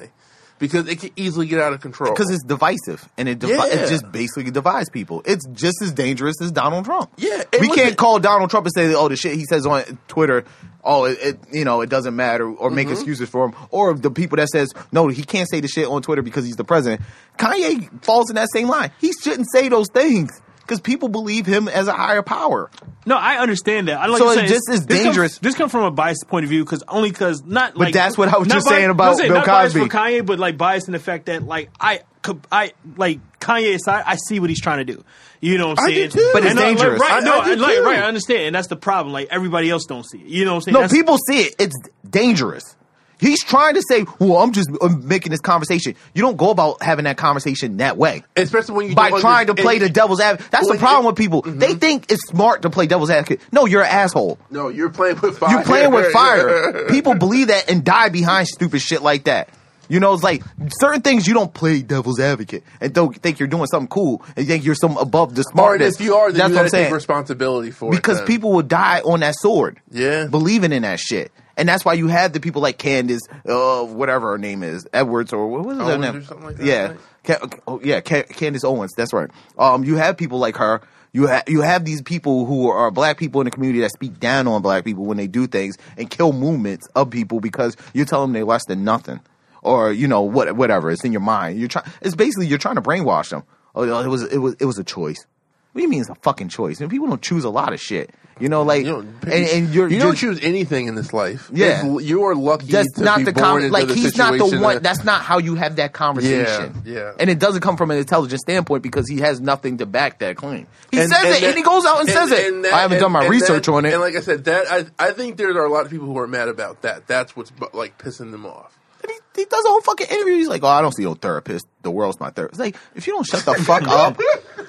because it can easily get out of control. Because it's divisive and it divi- Yeah. it just basically divides people. It's just as dangerous as Donald Trump. Yeah, and we listen- can't call Donald Trump and say, "Oh, the shit he says on Twitter, oh, it, it you know it doesn't matter," or Mm-hmm. make excuses for him, or the people that says, "No, he can't say the shit on Twitter because he's the president." Kanye falls in that same line. He shouldn't say those things because people believe him as a higher power. No, I understand that. I like So you it saying, just it's- is this dangerous. Come, this come from a biased point of view because only because not. But like, that's what I was not just saying about I'm saying Bill not biased Cosby. for Kanye, but like biased in the fact that like I, co- I like Kanye aside, I see what he's trying to do. You know what I'm I do saying? too. But it's And I- like, dangerous. right? I- no, I do and, like, too. right. I understand, and that's the problem. Like everybody else don't see it. You know what I'm saying? No, That's- people see it. It's dangerous. He's trying to say, "Well, I'm just i making this conversation." You don't go about having that conversation that way. especially when you by don't trying to under- play and- the devil's advocate. That's Well, the problem it- Mm-hmm. with people. They think it's smart to play devil's advocate. No, you're an asshole. No, you're playing with fire. You're playing with fire. people believe that and die behind stupid shit like that. You know, it's like certain things you don't play devil's advocate and don't think you're doing something cool and think you're some above the Or and smartness. if you are, then that's you what I'm gotta take saying. responsibility for it. Because then. people will die on that sword. Yeah. believing in that shit. And that's why you have the people like Candace, uh, whatever her name is, Edwards or what was her Owens name? or something like that, Yeah, right? Ca- oh, yeah, Ca- Candace Owens. That's right. Um, you have people like her. You ha- you have these people who are black people in the community that speak down on black people when they do things and kill movements of people because you tell them they're less than nothing or you know what whatever it's in your mind. You're trying. It's basically you're trying to brainwash them. Oh, no, it was it was it was a choice. What do you mean it's a fucking choice? And people don't choose a lot of shit. You know, like You don't, and, and you're you you're- don't choose anything in this life. Yeah. It's- you are lucky. that's to not be the born con- into like the he's not the situation one that- that's not how you have that conversation Yeah, yeah. and it doesn't come from an intelligent standpoint because he has nothing to back that claim he And- says and it that- and he goes out and, says it that- i haven't and- done my and research that- on it And like I said, that I I think there are a lot of people who are mad about that. That's what's bu- like pissing them off. And he, he does a whole fucking interview he's like oh i don't see no therapist the world's my therapist It's like if you don't shut the fuck up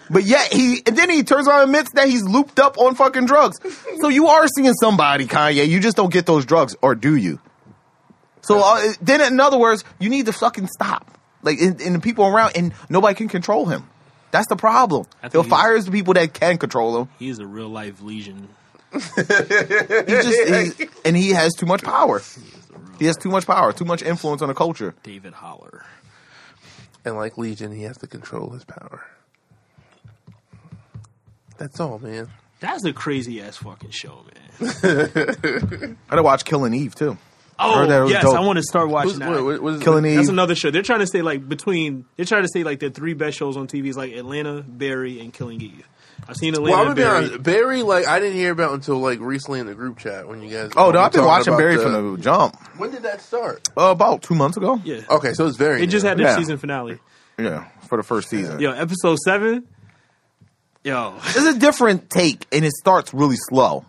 but yet he and then he turns around and admits that he's looped up on fucking drugs so you are seeing somebody kanye you just don't get those drugs or do you So uh, then, in other words, you need to fucking stop. Like, and, and the people around, and nobody can control him. That's the problem. I think He'll he's- fire the people that can control him. he's a real life legion. He just, he's, and he has too much power. He has too much power, too much influence on the culture. David Holler. And like Legion, he has to control his power. That's all, man. That's a crazy ass fucking show, man. I gotta watch Killing Eve too. Heard that it Oh was yes, dope. I want to start watching Who's, that. what, what- what is Killing it? Eve. That's another show. They're trying to stay like between. They're trying to stay like the three best shows on TV is like Atlanta, Barry, and Killing Eve. I've seen Atlanta. Well, I'm gonna be Barry. honest. Barry, like I didn't hear about until like recently in the group chat when you guys. Oh, were no, I've been talking watching about Barry from the jump When did that start? uh, about two months ago. Yeah. Okay, so it's Barry. It just now. had their Yeah. season finale. yeah, for the first season. Yo, episode seven. Yo, It's a different take, and it starts really slow,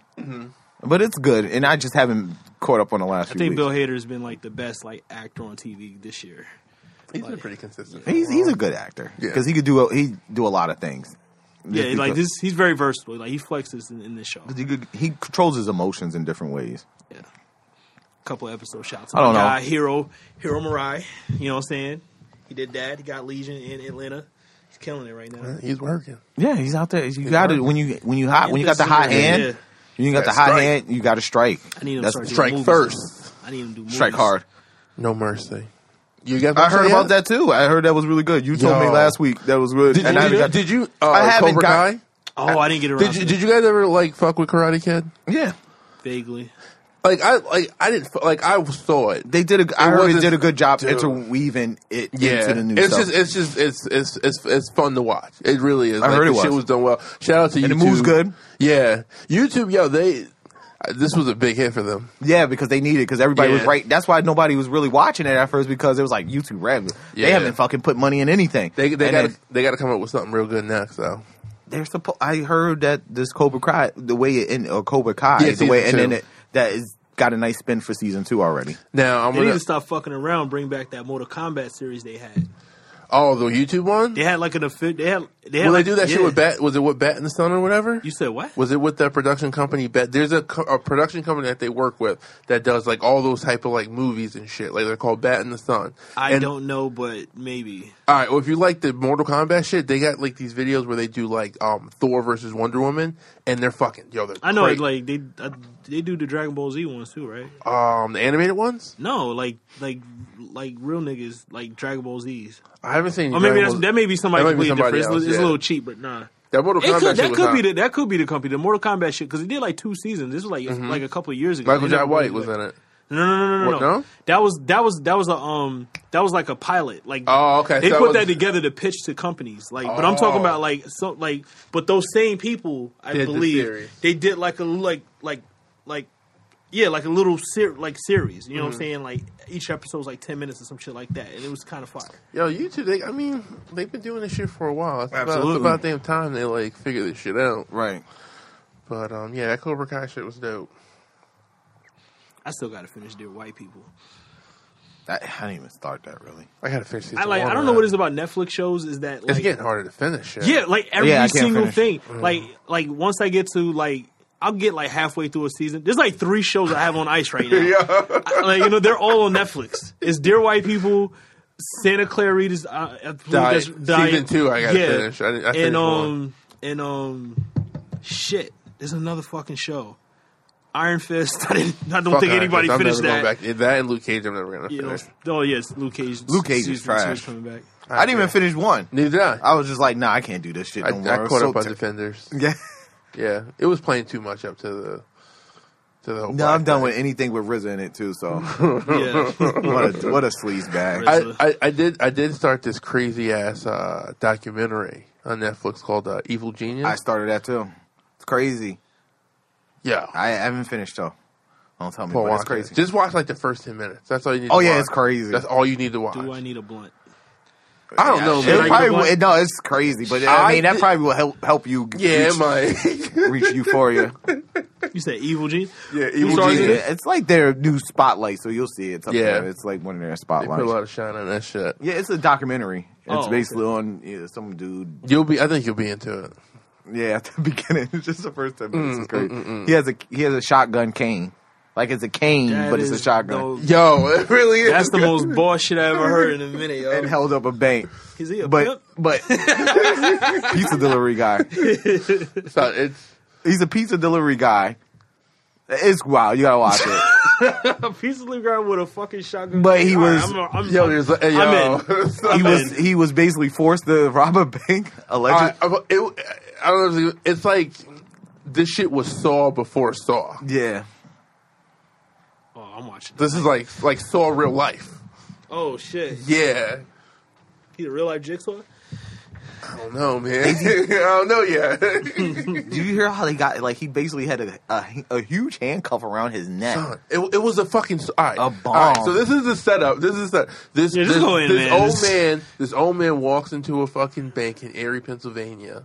but it's good. And I just haven't caught up on the last. Mm-hmm. I few think weeks. Bill Hader's been like the best like actor on TV this year. He's been pretty consistent. He's he's a good actor Yeah. because he could do a, he do a lot of things. Yeah, Just like because- this, he's very versatile. Like he flexes in, in this show. He, could- he controls his emotions in different ways. Yeah, couple episode shouts. I don't My know. Guy, Hero Hero Marai. You know what I'm saying? He did that. He got Legion in Atlanta. He's killing it right now. He's working. Yeah, he's out there. You got to when you when you hot when you got the hot Interesting. hand. Yeah. When you got the Gotta hot strike. hand, you got to strike. I need him to That's start doing strike movies. first. I need him to do movies. strike hard. No mercy. You guys. I heard about that too. I heard that was really good. You told me Yo. last week that was good. Did and I you? haven't got- did you? Uh, I haven't Cobra got- Kai? Oh, I didn't get around. Did you? to Did it. you guys ever like fuck with Karate Kid? yeah, vaguely? Like I like I didn't fu- like I saw it. they did. A, I heard they wasn't- did a good job Dude. interweaving it Yeah, into the new it's stuff. just it's just it's it's it's it's fun to watch. It really is. I heard the it was. shit was done well. Shout out to YouTube. And it moves good. Yeah, YouTube. Yo, they uh, this was a big hit for them. yeah, because they needed because everybody was Yeah. right. That's why nobody was really watching it at first because it was like YouTube regular. They Yeah. haven't fucking put money in anything. They they And got then- they got to come up with something real good next though. they're supposed. I heard that this Cobra Kai, the way it ended, or Cobra Kai, Yeah, the way, and season then two. it, that is got a nice spin for season two already. Now I'm They need gonna to stop fucking around. Bring back that Mortal Kombat series they had. oh the YouTube one. They had like an affi- They had. They had Will they like, do that shit yeah. with Bat? Was it with Bat and the Sun or whatever? You said what? was it with that production company? Bet there's a, co- a production company that they work with that does like all those type of like movies and shit. Like they're called Bat and the Sun. I And- don't know, but maybe. All right. Well, if you like the Mortal Kombat shit, they got like these videos where they do like um Thor versus Wonder Woman, and they're fucking yo. They're I know, great. like they uh, they do the Dragon Ball Z ones too, right? um the animated ones. No, like like like real niggas like Dragon Ball Z's. I haven't seen. Or maybe Dragon that's, Ball- that may be somebody that might be completely somebody different. else, it's, it's yeah. a little cheap, but nah. that Mortal It Kombat could, shit that was could hot. be the, that could be the company, the Mortal Kombat shit, because it did like two seasons. This was like like a couple of years ago. Mm-hmm. Michael It J. never White really was went- in it. No, no, no, no, no, What, no. no? That was that was that was a um that was like a pilot. Like Oh, okay, They so that put was- that together to pitch to companies. Like, but I'm talking Oh. about like so like but those same people, I Did the believe, series. they did like a like like like yeah, like a little ser- like series. You know Mm-hmm. what I'm saying? Like each episode was like ten minutes or some shit like that, and it was kind of fire. Yo, YouTube. They, I mean, they've been doing this shit for a while. It's about, it's Absolutely. about damn time they like figure this shit out. Right. But um, yeah, that Cobra Kai shit was dope. I still got to finish Dear White People. I, I didn't even start that really. I gotta finish season I like. one, I don't know man. what it's about Netflix shows. Is that It's like, getting harder to finish. Shit. Yeah, like every Yeah, I can't single finish. thing. Mm. Like like once I get to like I'll get like halfway through a season. There's like three shows I have on ice right now. I- like you know they're all on Netflix. It's Dear White People, Santa Clarita's uh, I believe Diet. that's Diet. Season two, I gotta finish. I- I finished and um one. and um shit. There's another fucking show. Iron Fist. I didn't. I don't Fuck think Iron anybody Fist. I'm finished never going that. Back. Yeah, That and Luke Cage, I'm never gonna You know, finish. oh yes, Luke Cage. Luke Cage is season two trash. coming back. I didn't even finish. finish one. Neither did I. I was just like, nah, I can't do this shit I, no more. I It's caught so up on ter- Defenders. yeah. Yeah, it was playing too much up to the to the. Whole No, I'm black done with anything with RZA in it too. So Yeah. what a what a sleaze bag. Right. thing. I, I I did I did start this crazy ass uh, documentary on Netflix called uh, Evil Genius. I started that too. It's crazy. yeah, I haven't finished though. Don't tell me. Well, But it's watch it. crazy. Just watch like the first ten minutes. That's all you need. Oh, to yeah, watch. it's crazy. That's all you need to watch. Do I need a blunt? I don't know, It man. probably Like, will- no, it's crazy, but I, I mean that did- probably will help help you yeah, reach, Mike. reach euphoria. You said Evil Genius. yeah, Who Evil stars in Genius. it? It's like their new spotlight, so you'll see it. Yeah. Yeah, it's like one of their They put a spotlights. lot of shine on that shit. Yeah, it's a documentary. It's Oh, basically on yeah, some dude. You'll be. I think you'll be into it. Yeah, at the beginning, it's just the first ten minutes. is crazy. He has a he has a shotgun cane, like it's a cane, That but it's a is shotgun, the- Yo, it really is. that's the most boss shit I ever heard in a minute, yo. and held up a bank. Is he a But pimp? but pizza delivery guy. So it's He's a pizza delivery guy. It's wow, you gotta watch it. A piece of liquor with a fucking shotgun. But he All was- I'm, I'm, yo, there's yo. I'm in. he was he was basically forced to rob a bank I, allegedly. I, it, I don't know. If it- it's like this shit was Saw before Saw. Yeah. Oh, I'm watching. This is like like Saw real life. Oh shit, Yeah, he the real life jigsaw. I don't know, man. I don't know yet. Did you hear how they got like he basically had a a, a huge handcuff around his neck? It, it was a fucking all right. A All right, bomb. so this is the setup. This is the this Yeah, this, just go in, this man. old Just- man this old man walks into a fucking bank in Erie, Pennsylvania,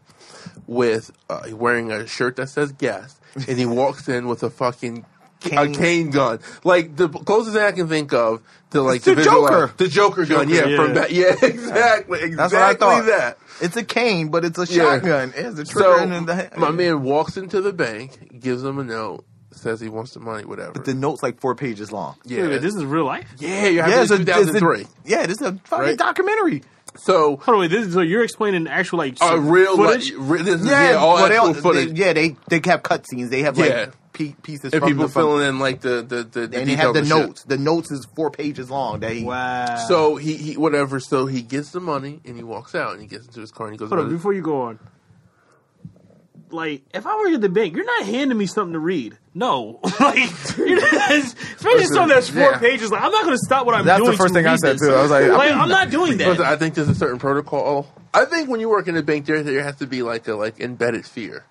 with uh, wearing a shirt that says guest, and he walks in with a fucking. Cane. A cane gun, like the closest thing I can think of to like the to visualize- Joker. the Joker gun, yeah, Joker, yeah. from back, yeah, exactly, exactly That's what I thought. that. It's a cane, but it's a Yeah. shotgun. It has the trigger So and then the my man walks into the bank, gives them a note, says he wants the money, whatever. The note's like four pages long. yeah, Wait, this is real life. yeah, you're having a- 2003. a yeah. This is a fucking Right? documentary. so Hold on, wait. This is, so you're explaining actual like a real like, footage. re- this is, yeah, all well, they actual all- footage. They, yeah, they they have cutscenes. They have like Yeah. pe- pieces and from people the from- filling in like the the the, the and they have the details and shit. notes. The notes is four pages long. That he Wow. So he, he whatever. So he gets the money and he walks out and he gets into his car and he goes. Hold "Well, on, before you go on. Like, if I were at the bank, you're not handing me something to read. No, like, you're not- especially something that's four yeah. pages. Like, I'm not going to stop what I'm That's the doing. first to thing I read said, this. too. I was like, I'm- I'm not doing Listen, that. I think there's a certain protocol. I think when you work in a bank, there there has to be like a like embedded fear.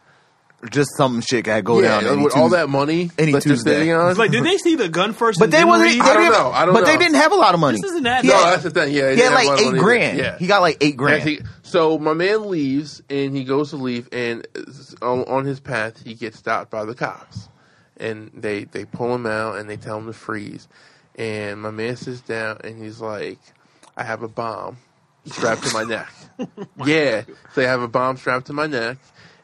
just some shit got go down. any with all Tuesday. that money. any that they're Tuesday. sitting on. Like, did they see the gun first? But and they then wasn't. read? they I don't didn't- know. I don't but they know. didn't have a lot of money. This is an ad. He No, had- No, that's the thing. He Yeah, had didn't have a lot like of eight money either. grand. Yeah, He got like eight And grand. he- so my man leaves and he goes to leave, and uh, on, on his path he gets stopped by the cops, and they they pull him out and they tell him to freeze, and my man sits down and he's like, "I have a bomb strapped to my neck." yeah, so I have a bomb strapped to my neck,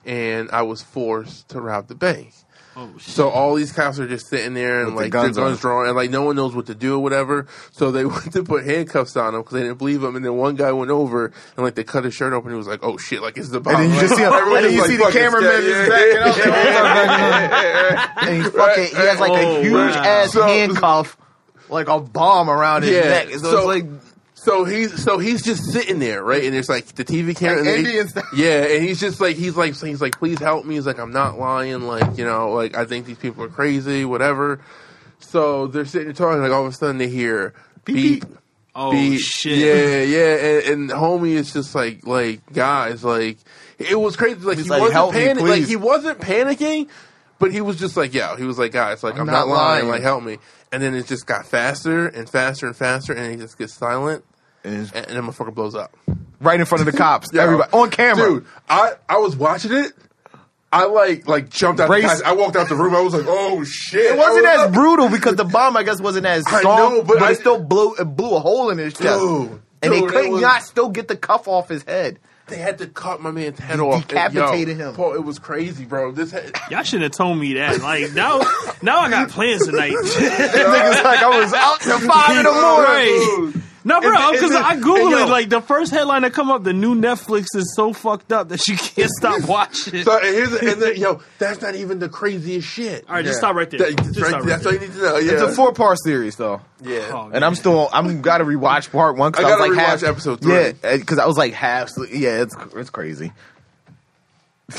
and I was forced to rob the bank. Oh, shit. So all these cops are just sitting there and With their like guns their on. guns drawn, and like no one knows what to do or whatever. So they went to put handcuffs on him because they didn't believe him. And then one guy went over and like they cut his shirt open. and He was like, "Oh shit! Like it's the bomb." And then you Like, just see, him, everyone and then is, you like, see the fucking cameraman scared. just Yeah, backing yeah, up. and he's fucking, he has like Oh, a huge wow. ass So- handcuff, like a bomb around his Yeah, neck. So, so- it's like So he's so he's just sitting there, right? And there's like the TV camera, Like and Indian style. yeah. And he's just like he's like he's like, please help me. He's like, I'm not lying. Like you know, like I think these people are crazy, whatever. So they're sitting there talking, like all of a sudden they hear beep, beep. oh beat. shit. Yeah, yeah, and, and homie is just like, like guys, like it was crazy. Like He's he like, wasn't "Help me, panicking. Like please." he wasn't panicking, but he was just like, yo, he was like, guys, like I'm, not, lying. Like help me. And then it just got faster and faster and faster, and he just gets silent, and it's and, and the motherfucker blows up. right in front of the cops, Eh. Yo, everybody on camera. dude. I I was watching it. I like like jumped out. Race- The couch. I walked out the room. I was like, oh shit! It wasn't I was as like, brutal because the bomb, I guess, wasn't as I strong, know, but but, I- it still blew it blew a hole in his chest, Dude, and dude, they it could was- not still get the cuff off his head. They had to cut my man's head off. decapitated Yo, him. Paul, it was crazy, bro. This head, Y'all should have told me that. Like now, now I got plans tonight. Niggas like I was out till five in the morning. Right. No, bro, Is it- is because it- I googled yo. it. Like the first headline that come up, the new Netflix is so fucked up that you can't stop watching. So and here's and then, yo, that's not even the craziest shit. All right, just stop right there. That- Just right- stop right that's all there. you need to know. Yeah, It's a four part series though. yeah. Oh, And I'm still I'm gotta rewatch part one because I I, was gotta like rewatch half episode three. Yeah, because I was like half. sle- Yeah, it's it's crazy.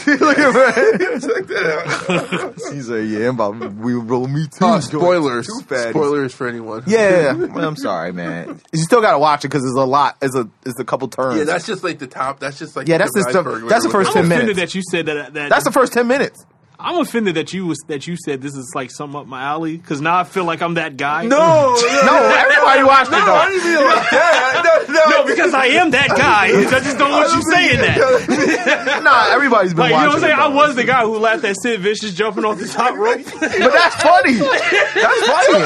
Look at that. Check that out. She's like, yeah, I'm about we roll me too. Oh, spoilers, Too bad. spoilers for anyone. Yeah, well, I'm sorry, man. You still gotta watch it because it's a lot. It's a it's a couple turns. yeah. That's just like the top. That's just like Yeah, that's just the- iceberg, that's the whatever. first I'm ten offended minutes. that you said that. that That's the first ten minutes. I'm offended that you was that you said this is like something up my alley because now I feel like I'm that guy. No, No, everybody watched it I though. didn't mean it like that. No, no, no, because I am that guy. I just don't want you saying that. Nah, everybody's been Like you know watching. what I'm it, saying? I though. was the guy who laughed at Sid Vicious jumping off the top rope. But that's funny. That's funny.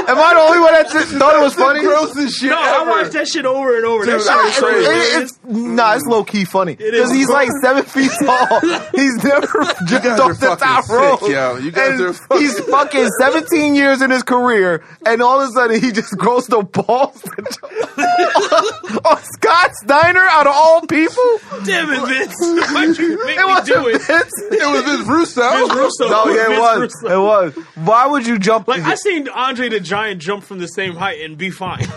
Am I the only one that just thought it was funny? the grossest shit No, I ever. watched that shit over and over. Dude, that shit I- was so It- hilarious. it's nah, it's low key funny It is. because he's like seven feet tall. He's never jumped guys are off the fucking top sick, rope. yo. You guys And are fucking- He's fucking seventeen years in his career, and all of a sudden he just grows the balls. to jump- on Scott Steiner, out of all people, Damn it, Vince! Why'd you make it me was do it? It was this Russo. Vince Russo. No, yeah, Vince it was. Russo. It was. Why would you jump? Like I seen Andre the Giant jump from the same height and be fine.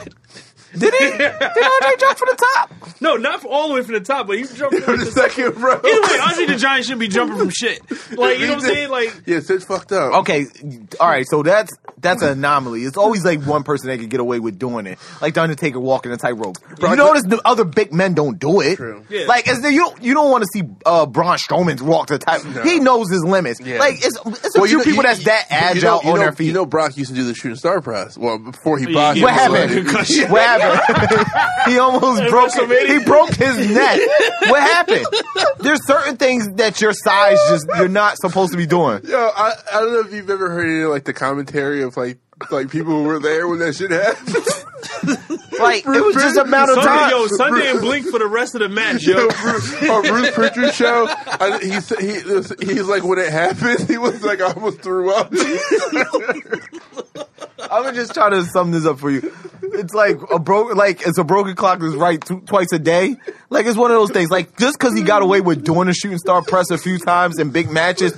Did he? Did Andre jump from the top? No, not from- all the way from the top, but he jumped from From the the second. second row. Either way, Andre the Giant shouldn't be jumping from shit. Like, you know what I'm saying? Like, yeah, Sid fucked up. Okay, all right. So that's that's an anomaly. It's always like one person that can get away with doing it, like the Undertaker walking the tightrope. You notice the other big men don't do it. True. Yeah. Like as the, you don't you don't want to see uh, Braun Strowman's walk the tightrope. He knows his limits. Yeah. Like it's it's a Well, few you know- people you- that's that you know- agile you know, on their feet. You know, Brock used to do the shooting star press. Well, before he Yeah, botched, what yeah, it was happened? like- Concussion. What happened? he almost At broke. it. WrestleMania. He broke his neck. What happened? There's certain things that your size just you're not supposed to be doing. Yo, I, I don't know if you've ever heard any like the commentary of like like people who were there when that shit happened. Like it was just a matter of Sunday, time. yo, Sunday and Blink for the rest of the match, yo. Yo, Bruce, on Bruce Pritchard show, I, he, sa- he was- he's like when it happened, he was like I almost threw up. I was just trying to sum this up for you. It's like a broken, like it's a broken clock that's right tw- twice a day. Like it's one of those things. Like just because he got away with doing a shooting star press a few times in big matches,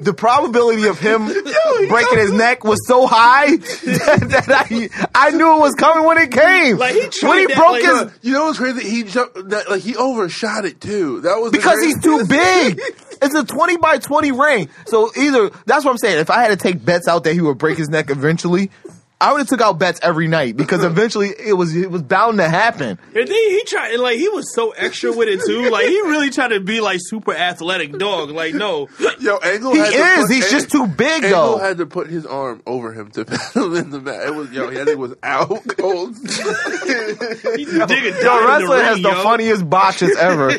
the probability of him breaking his neck was so high that, that I, I knew it was coming when it came. Like, he when he tried that, broke like, his, uh, you know what's crazy? He jumped that, like he overshot it too. That was the because great- he's too big. It's a twenty by twenty ring. So either that's what I'm saying. If I had to take bets out that he would break his neck eventually, I would have took out bets every night because eventually it was it was bound to happen. And then he tried, and like he was so extra with it too. Like he really tried to be like super athletic dog. Like no, Yo, Angle. He had to is. put- He's just too big though. Angle had to put his arm over him to pat him in the back. It was yo, he it was out cold. he just dig a Yo, dime in wrestling the has ring, the yo. funniest botches ever.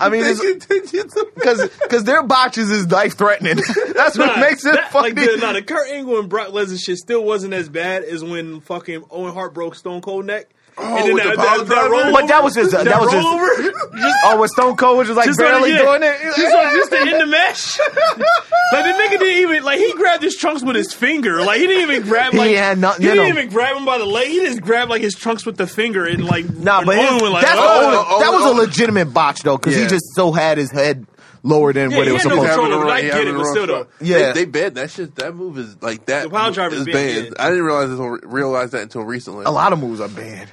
I mean, They it's continued to- because because their botches is life threatening. That's what Nah, makes it that- funny. Like, the, nah, the Kurt Angle and Brock Lesnar shit still wasn't as bad as when fucking Owen Hart broke Stone Cold neck. Oh, with the power driver? rollover- But that was just- that was just- rollover? oh, with Stone Cold, which was like Just barely on the- yeah. doing it. just, on- just to end the match. like the nigga didn't even like he grabbed his trunks with his finger. Like he didn't even grab He like had nothing in didn't him. even grab him by the leg. He just grabbed like his trunks with the finger and like Nah, and but Owen his- went like, that's the "Oh." only- oh, that oh, was oh. a legitimate botch though, because he Yeah. just so had his head lower than Yeah, what it he was had no supposed. to control. be. over it. I he get had it, on but the still, wrong though. spot. Yeah. they, they banned that shit. That move is like that. The pile driver is banned, banned. yeah. I didn't realize this. Until, realize that until recently. uh, A lot of moves are banned,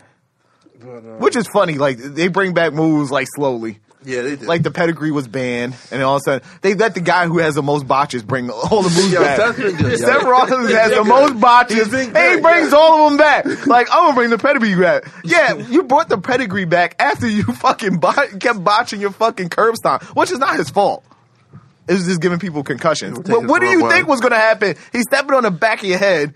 which is funny. Like they bring back moves like slowly. Yeah, they did. Like the pedigree was banned, and all of a sudden they let the guy who has the most botches bring all the moves Yo, back. Seth been good, yo. Seth Rollins has the good. most botches, He's and been he good, brings yeah. all of them back. Like I'm gonna bring the pedigree back. Yeah, you brought the pedigree back after you fucking bot- kept botching your fucking curb stomp, which is not his fault. It's just giving people concussions. take But it what for do a you while. think was gonna happen? He's stepping on the back of your head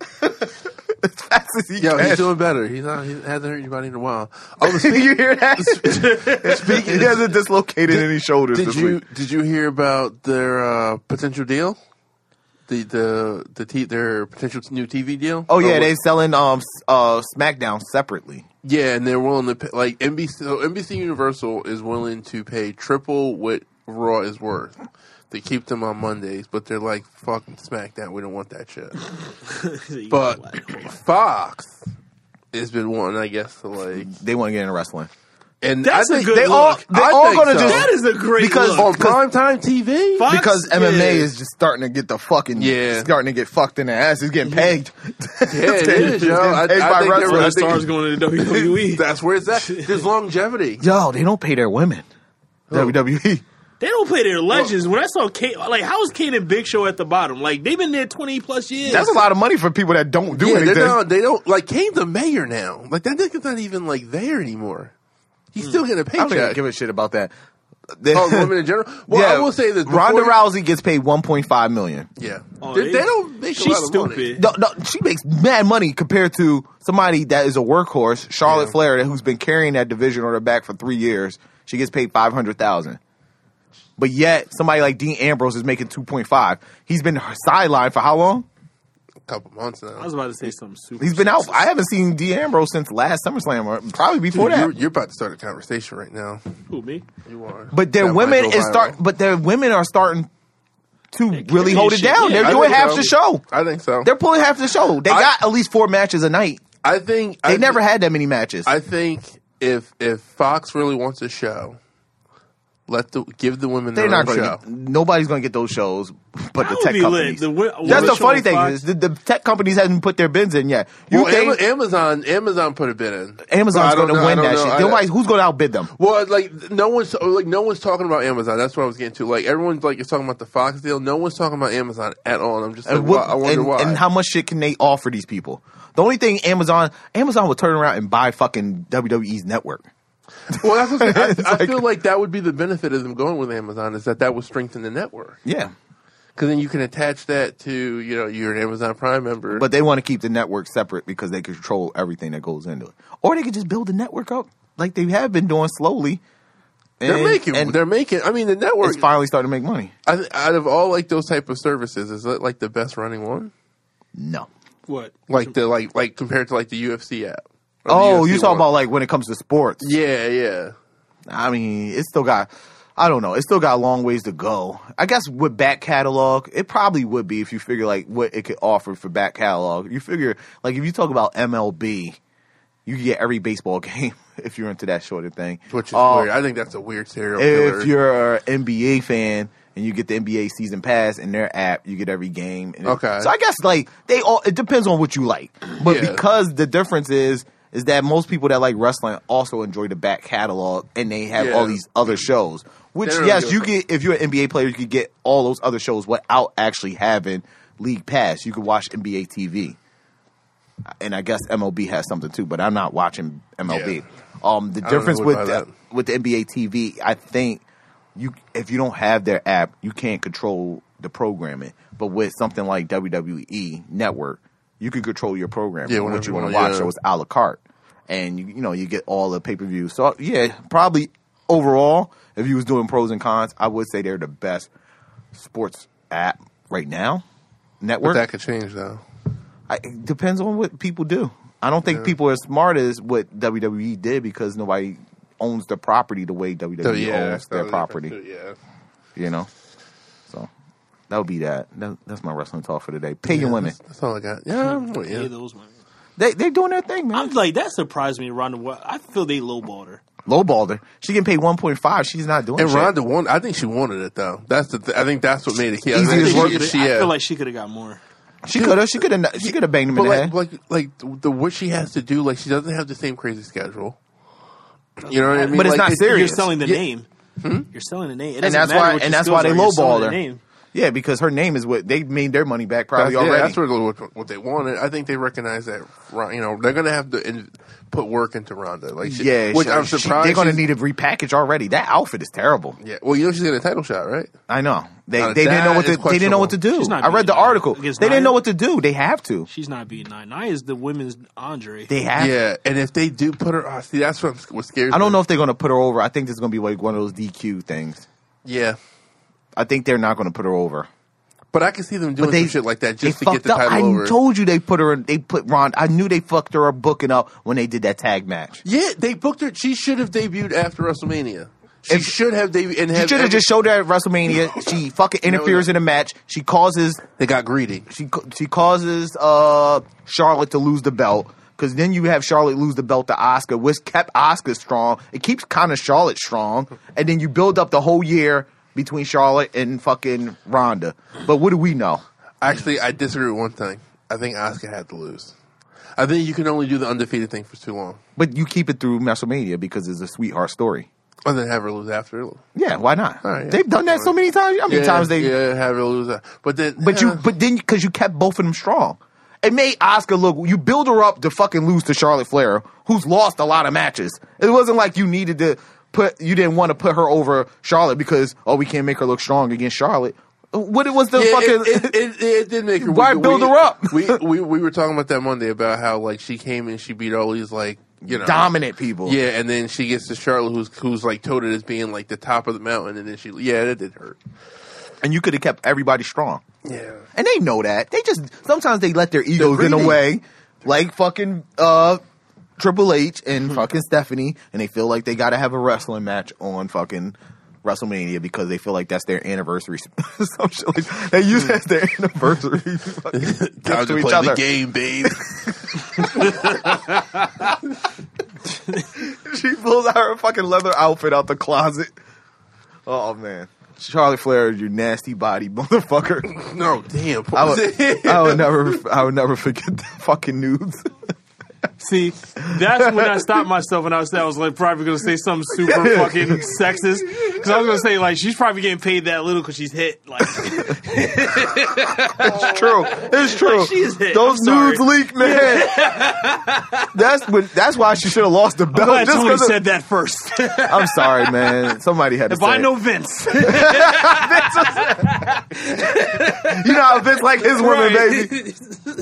as fast as he Yo, can. he's doing better. He's not. He hasn't hurt anybody in a while. Oh, but Did speak- you hear that? he hasn't dislocated any shoulders. did this you week. did you hear about their uh, potential deal? The the the t- their potential new TV deal. Oh yeah, what- they selling um s- uh SmackDown separately. yeah, and they're willing to pay, like NBC. So NBC Universal is willing to pay triple what Raw is worth. They keep them on Mondays, but they're like, "Fuck SmackDown, we don't want that shit." But Fox has been wanting, I guess, to like, They want to get into wrestling and That's I a think good They all- look. they I all think gonna so. just- that is a great Because- look. Oh, on primetime TV. Fox, because MMA yeah. is just starting to get the fucking Yeah. starting to get fucked in the ass. It's getting pegged. Yeah, it is, yo. I- I Pegged by wrestlers. think they're- Well, I that think- stars going to the WWE. That's where it's at. There's longevity. Yo, they don't pay their women. E. WWE. They don't play their legends. When I saw Kate, like, how is Kate and Big Show at the bottom? Like, they've been there 20 plus years. That's a lot of money for people that don't do Yeah, they're anything. not, they don't like Kane's the mayor now. Like that nigga's not even like there anymore. He's still getting a I don't even paycheck. give a shit about that. Oh, women in general. Well, I will say this: Ronda before- Rousey gets paid 1.5 million. Yeah, Oh, they, they- they don't make a She's lot of money. stupid. No, no, she makes mad money compared to somebody that is a workhorse, Charlotte Flair, that- who's been carrying that division on her back for three years. She gets paid five hundred thousand, but yet somebody like Dean Ambrose is making two point five. He's been sidelined for how long? A couple months now. I was about to say something super. He's been out. I haven't seen Dean Ambrose since last SummerSlam, or probably before Dude, that. you're, you're about to start a conversation right now. Who, me? You are. but their That might women go is viral. start. But their women are starting to really carrying hold it shit, down. yeah. They're I doing think half so. the show. I think so. They're pulling half the show. They I- got at least four matches a night. I think They I never thi- had that many matches. I think if if Fox really wants a show, Let the give the women They're their not own going show. to. Nobody's going to get those shows, but the would tech be companies. lit. The wi- That's women the show funny on thing Fox- is the, the tech companies haven't put their bids in yet. You well, think Ama- Amazon Amazon put a bid in. Amazon's I going don't to know- I win don't that know. shit? I- Nobody's who's going to outbid them. Well, like no one's like no one's talking about Amazon. That's what I was getting to. Like everyone's like is talking about the Fox deal. No one's talking about Amazon at all. And I'm just like, And, what- wow, I wonder and- why. and how much shit can they offer these people? The only thing Amazon Amazon would turn around and buy fucking WWE's network. well, that's what I'm saying. I, I like- feel like that would be the benefit of them going with Amazon is that that would strengthen the network Yeah, because then you can attach that to you know you're an Amazon Prime member. but they want to keep the network separate because they control everything that goes into it. Or they could just build the network up like they have been doing slowly. they're And- making and they're making. I mean, the network it's finally starting to make money. I, th- out of all like those type of services is that like the best running one? No. What? Like the like like compared to like the UFC app. Or the Oh, UFC you talking one. about like when it comes to sports? yeah yeah. I mean, it's still got. I don't know. It's still got a long ways to go. I guess with back catalog, it probably would be if you figure like what it could offer for back catalog. You figure like if you talk about MLB, you can get every baseball game if you're into that sort of thing. Which is Uh, weird. I think that's a weird serial killer. If you're an NBA fan and you get the NBA season pass in their app, you get every game. And it- Okay. So I guess like they all it depends on what you like. But Yeah. because the difference is is that most people that like wrestling also enjoy the back catalog and they have all Yeah. these other shows. Which They don't yes, give you a- get if you're an NBA player, you could get all those other shows without actually having league pass. You could watch NBA TV and I guess MLB has something too, but I'm not watching MLB. Um, the don't know difference what with about the, with the NBA TV, I think you if you don't have their app, you can't control the programming. But with something like WWE Network, you can control your programming, Yeah, and what whatever you you want to want, watch. yeah. So it's a la carte, and you you know you get all the pay per view. So yeah, probably overall, if you was doing pros and cons, I would say they're the best sports app right now. but Network that could change though. I, it depends on what people do. I don't think people are as smart as what WWE did because nobody owns the property the way WWE So, yeah, owns that's their the property. difference, Yeah. You know, so that would be that. that. That's my wrestling talk for today. Pay your Yeah, women. That's, that's all I got. Yeah, I'm with Yeah, you. those women. They they doing their thing, I'm man. like that surprised me. Ronda, Wa- I feel they lowballed her. Lowballed her. She getting paid one point five. She's not doing. And shit. Ronda won. I think she wanted it though. That's the. Th- I think that's what made it. Yeah, I Easiest think she- work she, I feel had- like she could have got more. she could have. She could have. She could have banged him in but the like, head. like, like the- the what she has to do. Like she doesn't have the same crazy schedule. You know what I mean? But it's Like, not serious. You're selling the Yeah. Hmm? name. You're selling the name. It And doesn't that's matter why- what and your that's why skills they are, you're selling lowballed the her. name. Yeah, because her name is what they made their money back probably That's, yeah, already. that's what, what, what they wanted. I think they recognize that. Ron- You know, they're gonna have to in, put work into Ronda. Like, she, yeah, which she- I'm she- surprised they're gonna she's- need to repackage already. That outfit is terrible. Yeah, well, you know she's getting a title shot, right? I know they Uh, they didn't know that what to, is they didn't know what to do. She's not I read beating the Nia. article. They Against didn't Nia? know what to do. They have to. She's not beating Nia. Nia is the women's Andre. They have. to. Yeah, and if they do put her, oh, see, that's what, I'm, what scares. I don't me. know if they're going to put her over. I think this is going to be like one of those DQ things. Yeah, I think they're not going to put her over. but I can see them doing But they some shit like that they just to get fucked the up. title I over. told you they put her. in They put Ron. I knew they fucked her up booking up when they did that tag match. yeah, they booked her. She should have debuted after WrestleMania. She If- should have debuted and She have should have just showed her at WrestleMania. She fucking interferes in a match. She causes They got greedy. she ca- she causes uh Charlotte to lose the belt because then you have Charlotte lose the belt to Oscar, which kept Oscar strong. It keeps kind of Charlotte strong, and then you build up the whole year between Charlotte and fucking Ronda. But what do we know? Actually, I disagree with one thing. I think Asuka had to lose. I think you can only do the undefeated thing for too long, But you keep it through WrestleMania because it's a sweetheart story. and then have her lose after. Yeah, why not? All right, yeah. They've done that so many times. How many yeah, times they? yeah have her lose, that. but then But you, eh, but then because you kept both of them strong, it made Oscar look. You build her up to fucking lose to Charlotte Flair, who's lost a lot of matches. It wasn't like you needed to put. You didn't want to put her over Charlotte because oh, we can't make her look strong against Charlotte. What it was the Yeah, fucking. it, it, it, it did make her. Why weak. build we, her up? we, we we were talking about that Monday about how like she came in, she beat all these like you know Dominant people. Yeah, and then she gets to Charlotte, who's who's like touted as being like the top of the mountain, and then she yeah, that did hurt. And you could have kept everybody strong. Yeah, And they know that. They just sometimes they let their egos They're in a greedy. way, like fucking uh, Triple H and fucking Stephanie, and they feel like they got to have a wrestling match on fucking WrestleMania because they feel like that's their anniversary. Some shit like that. They use that as their anniversary. fucking time gift to to each play other. the game, babe. She pulls out her fucking leather outfit out the closet. Oh man, Charlie Flair, you nasty body motherfucker. No, damn. I would, I would never, I would never forget the fucking nudes. See, that's when I stopped myself, and I was, I was like, probably going to say something super fucking sexist. Because I was going to say, like, she's probably getting paid that little because she's hit. Like, It's true. It's true. Like, she is hit. Those I'm sorry. nudes leak, man. that's when. That's why she should have lost the I'm belt. glad just Tony 'cause of- said that first. if I'm sorry, man. Somebody had to. say I it. know Vince, you know how Vince like his women, Right. baby.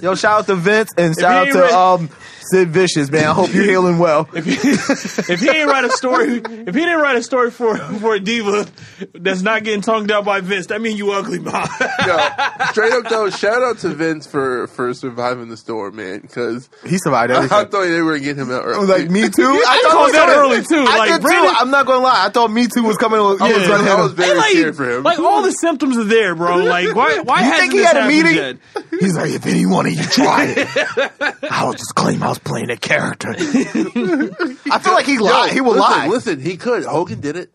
Yo, shout out to Vince and shout he out to re- um Sid Vicious, man. I hope you're healing well. if he ain't write a story, if he didn't write a story for for a diva that's not getting tongued out by Vince, that means you ugly, ma. Yo, straight up though, shout out to Vince for for surviving the storm, man. Because He survived I everything. thought they were gonna get him out I early. was like me too. I I called it was that gonna- early, too. I Like, did Brandon- too. I'm not gonna lie. I thought me too was coming. I was I gonna was, hit I him. was Hey, very cheering for him. like all the symptoms are there, bro. Like, why? Why You hasn't think he this had a happened meeting? yet? He's like, if any one of you tried it, I will just claim I was playing a character. I feel like he Yo, lied. he will listen, lie. Listen, he could. Hogan did it.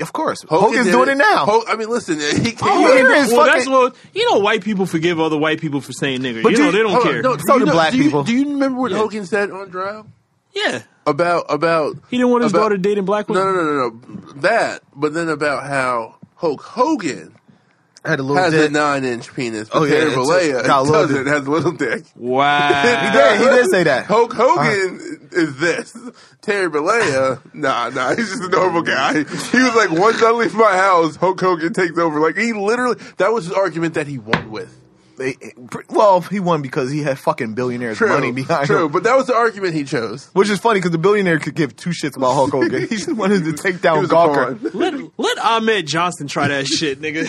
Of course, Hogan Hogan's did doing it now. Ho- I mean, listen, he can't. Oh, Hogan is well, fucking- that's what you know. White people forgive other white people for saying nigger. But you do know you- they don't Hold on, care. no, do So you do know- black do you- people. Do you remember what Hogan said on trial yeah, about about he didn't want his about- daughter dating black No, women. no, no, no, no, that. But then about how Hulk Hogan I had a little has a dick. nine-inch penis, but Oh, yeah, Terry it's- Bollea got a little doesn't. dick. Has a little dick. He Wow, did. He did say that. Hulk Hogan is this. Terry Bollea, nah, nah, he's just a normal guy. He was like, once I leave my house, Hulk Hogan takes over. Like, he literally, that was his argument that he won with. They- Well, he won because he had fucking billionaires' True. money behind true, him. but that was the argument he chose. Which is funny because the billionaire could give two shits about Hulk Hogan. He just wanted to take He down was a Gawker pawn. let let Ahmed Johnson try that shit, nigga.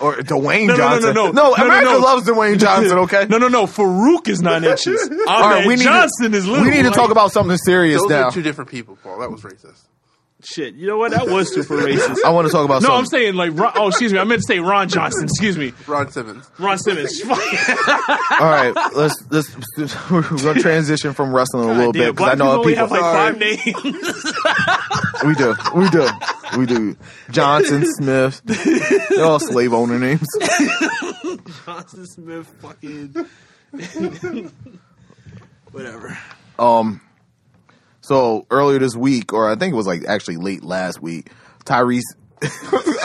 or Dwayne No, no, no, Johnson. no, no. No, no, America no. loves Dwayne Johnson. Okay. No, no, no. Farouk is nine inches. Ahmed All right, we need Johnson to, is little. We need to Like, talk about something serious Those now. are two different people, Paul. That was racist. shit. You know what? That was super racist. I want to talk about No, I'm something. saying like. Ron, oh, excuse me. I meant to say Ron Johnson. Excuse me, Ron Simmons. Ron Simmons. Fuck. All right, let's let's we're gonna transition from wrestling a little bit Damn, because I black people know only people. have like Sorry. five names. we do, we do, we do. Johnson, Smith, they're all slave owner names. Johnson Smith. Fucking. Whatever. Um, so earlier this week, or I think it was like actually late last week, Tyrese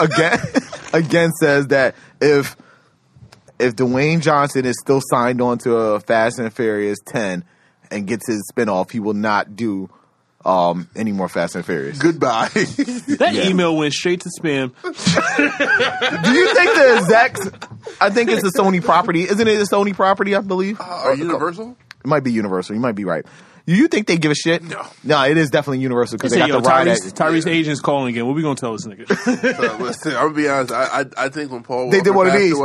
again again says that if if Dwayne Johnson is still signed on to a Fast and Furious ten and gets his spinoff, he will not do um any more Fast and Furious. Goodbye. That email went straight to spam. Do you think the exact? I think it's a Sony property, isn't it? A Sony property, I believe. Are you Universal? It might be Universal. You might be right. Do you think they give a shit? No. no, it is definitely Universal because they Say, got yo, the ride. Tyrese, At, Tyrese agent's calling again. What we gonna tell this nigga? So, Uh, listen, I'm gonna be honest. I, I, I think when Paul They Walker did one of passed these.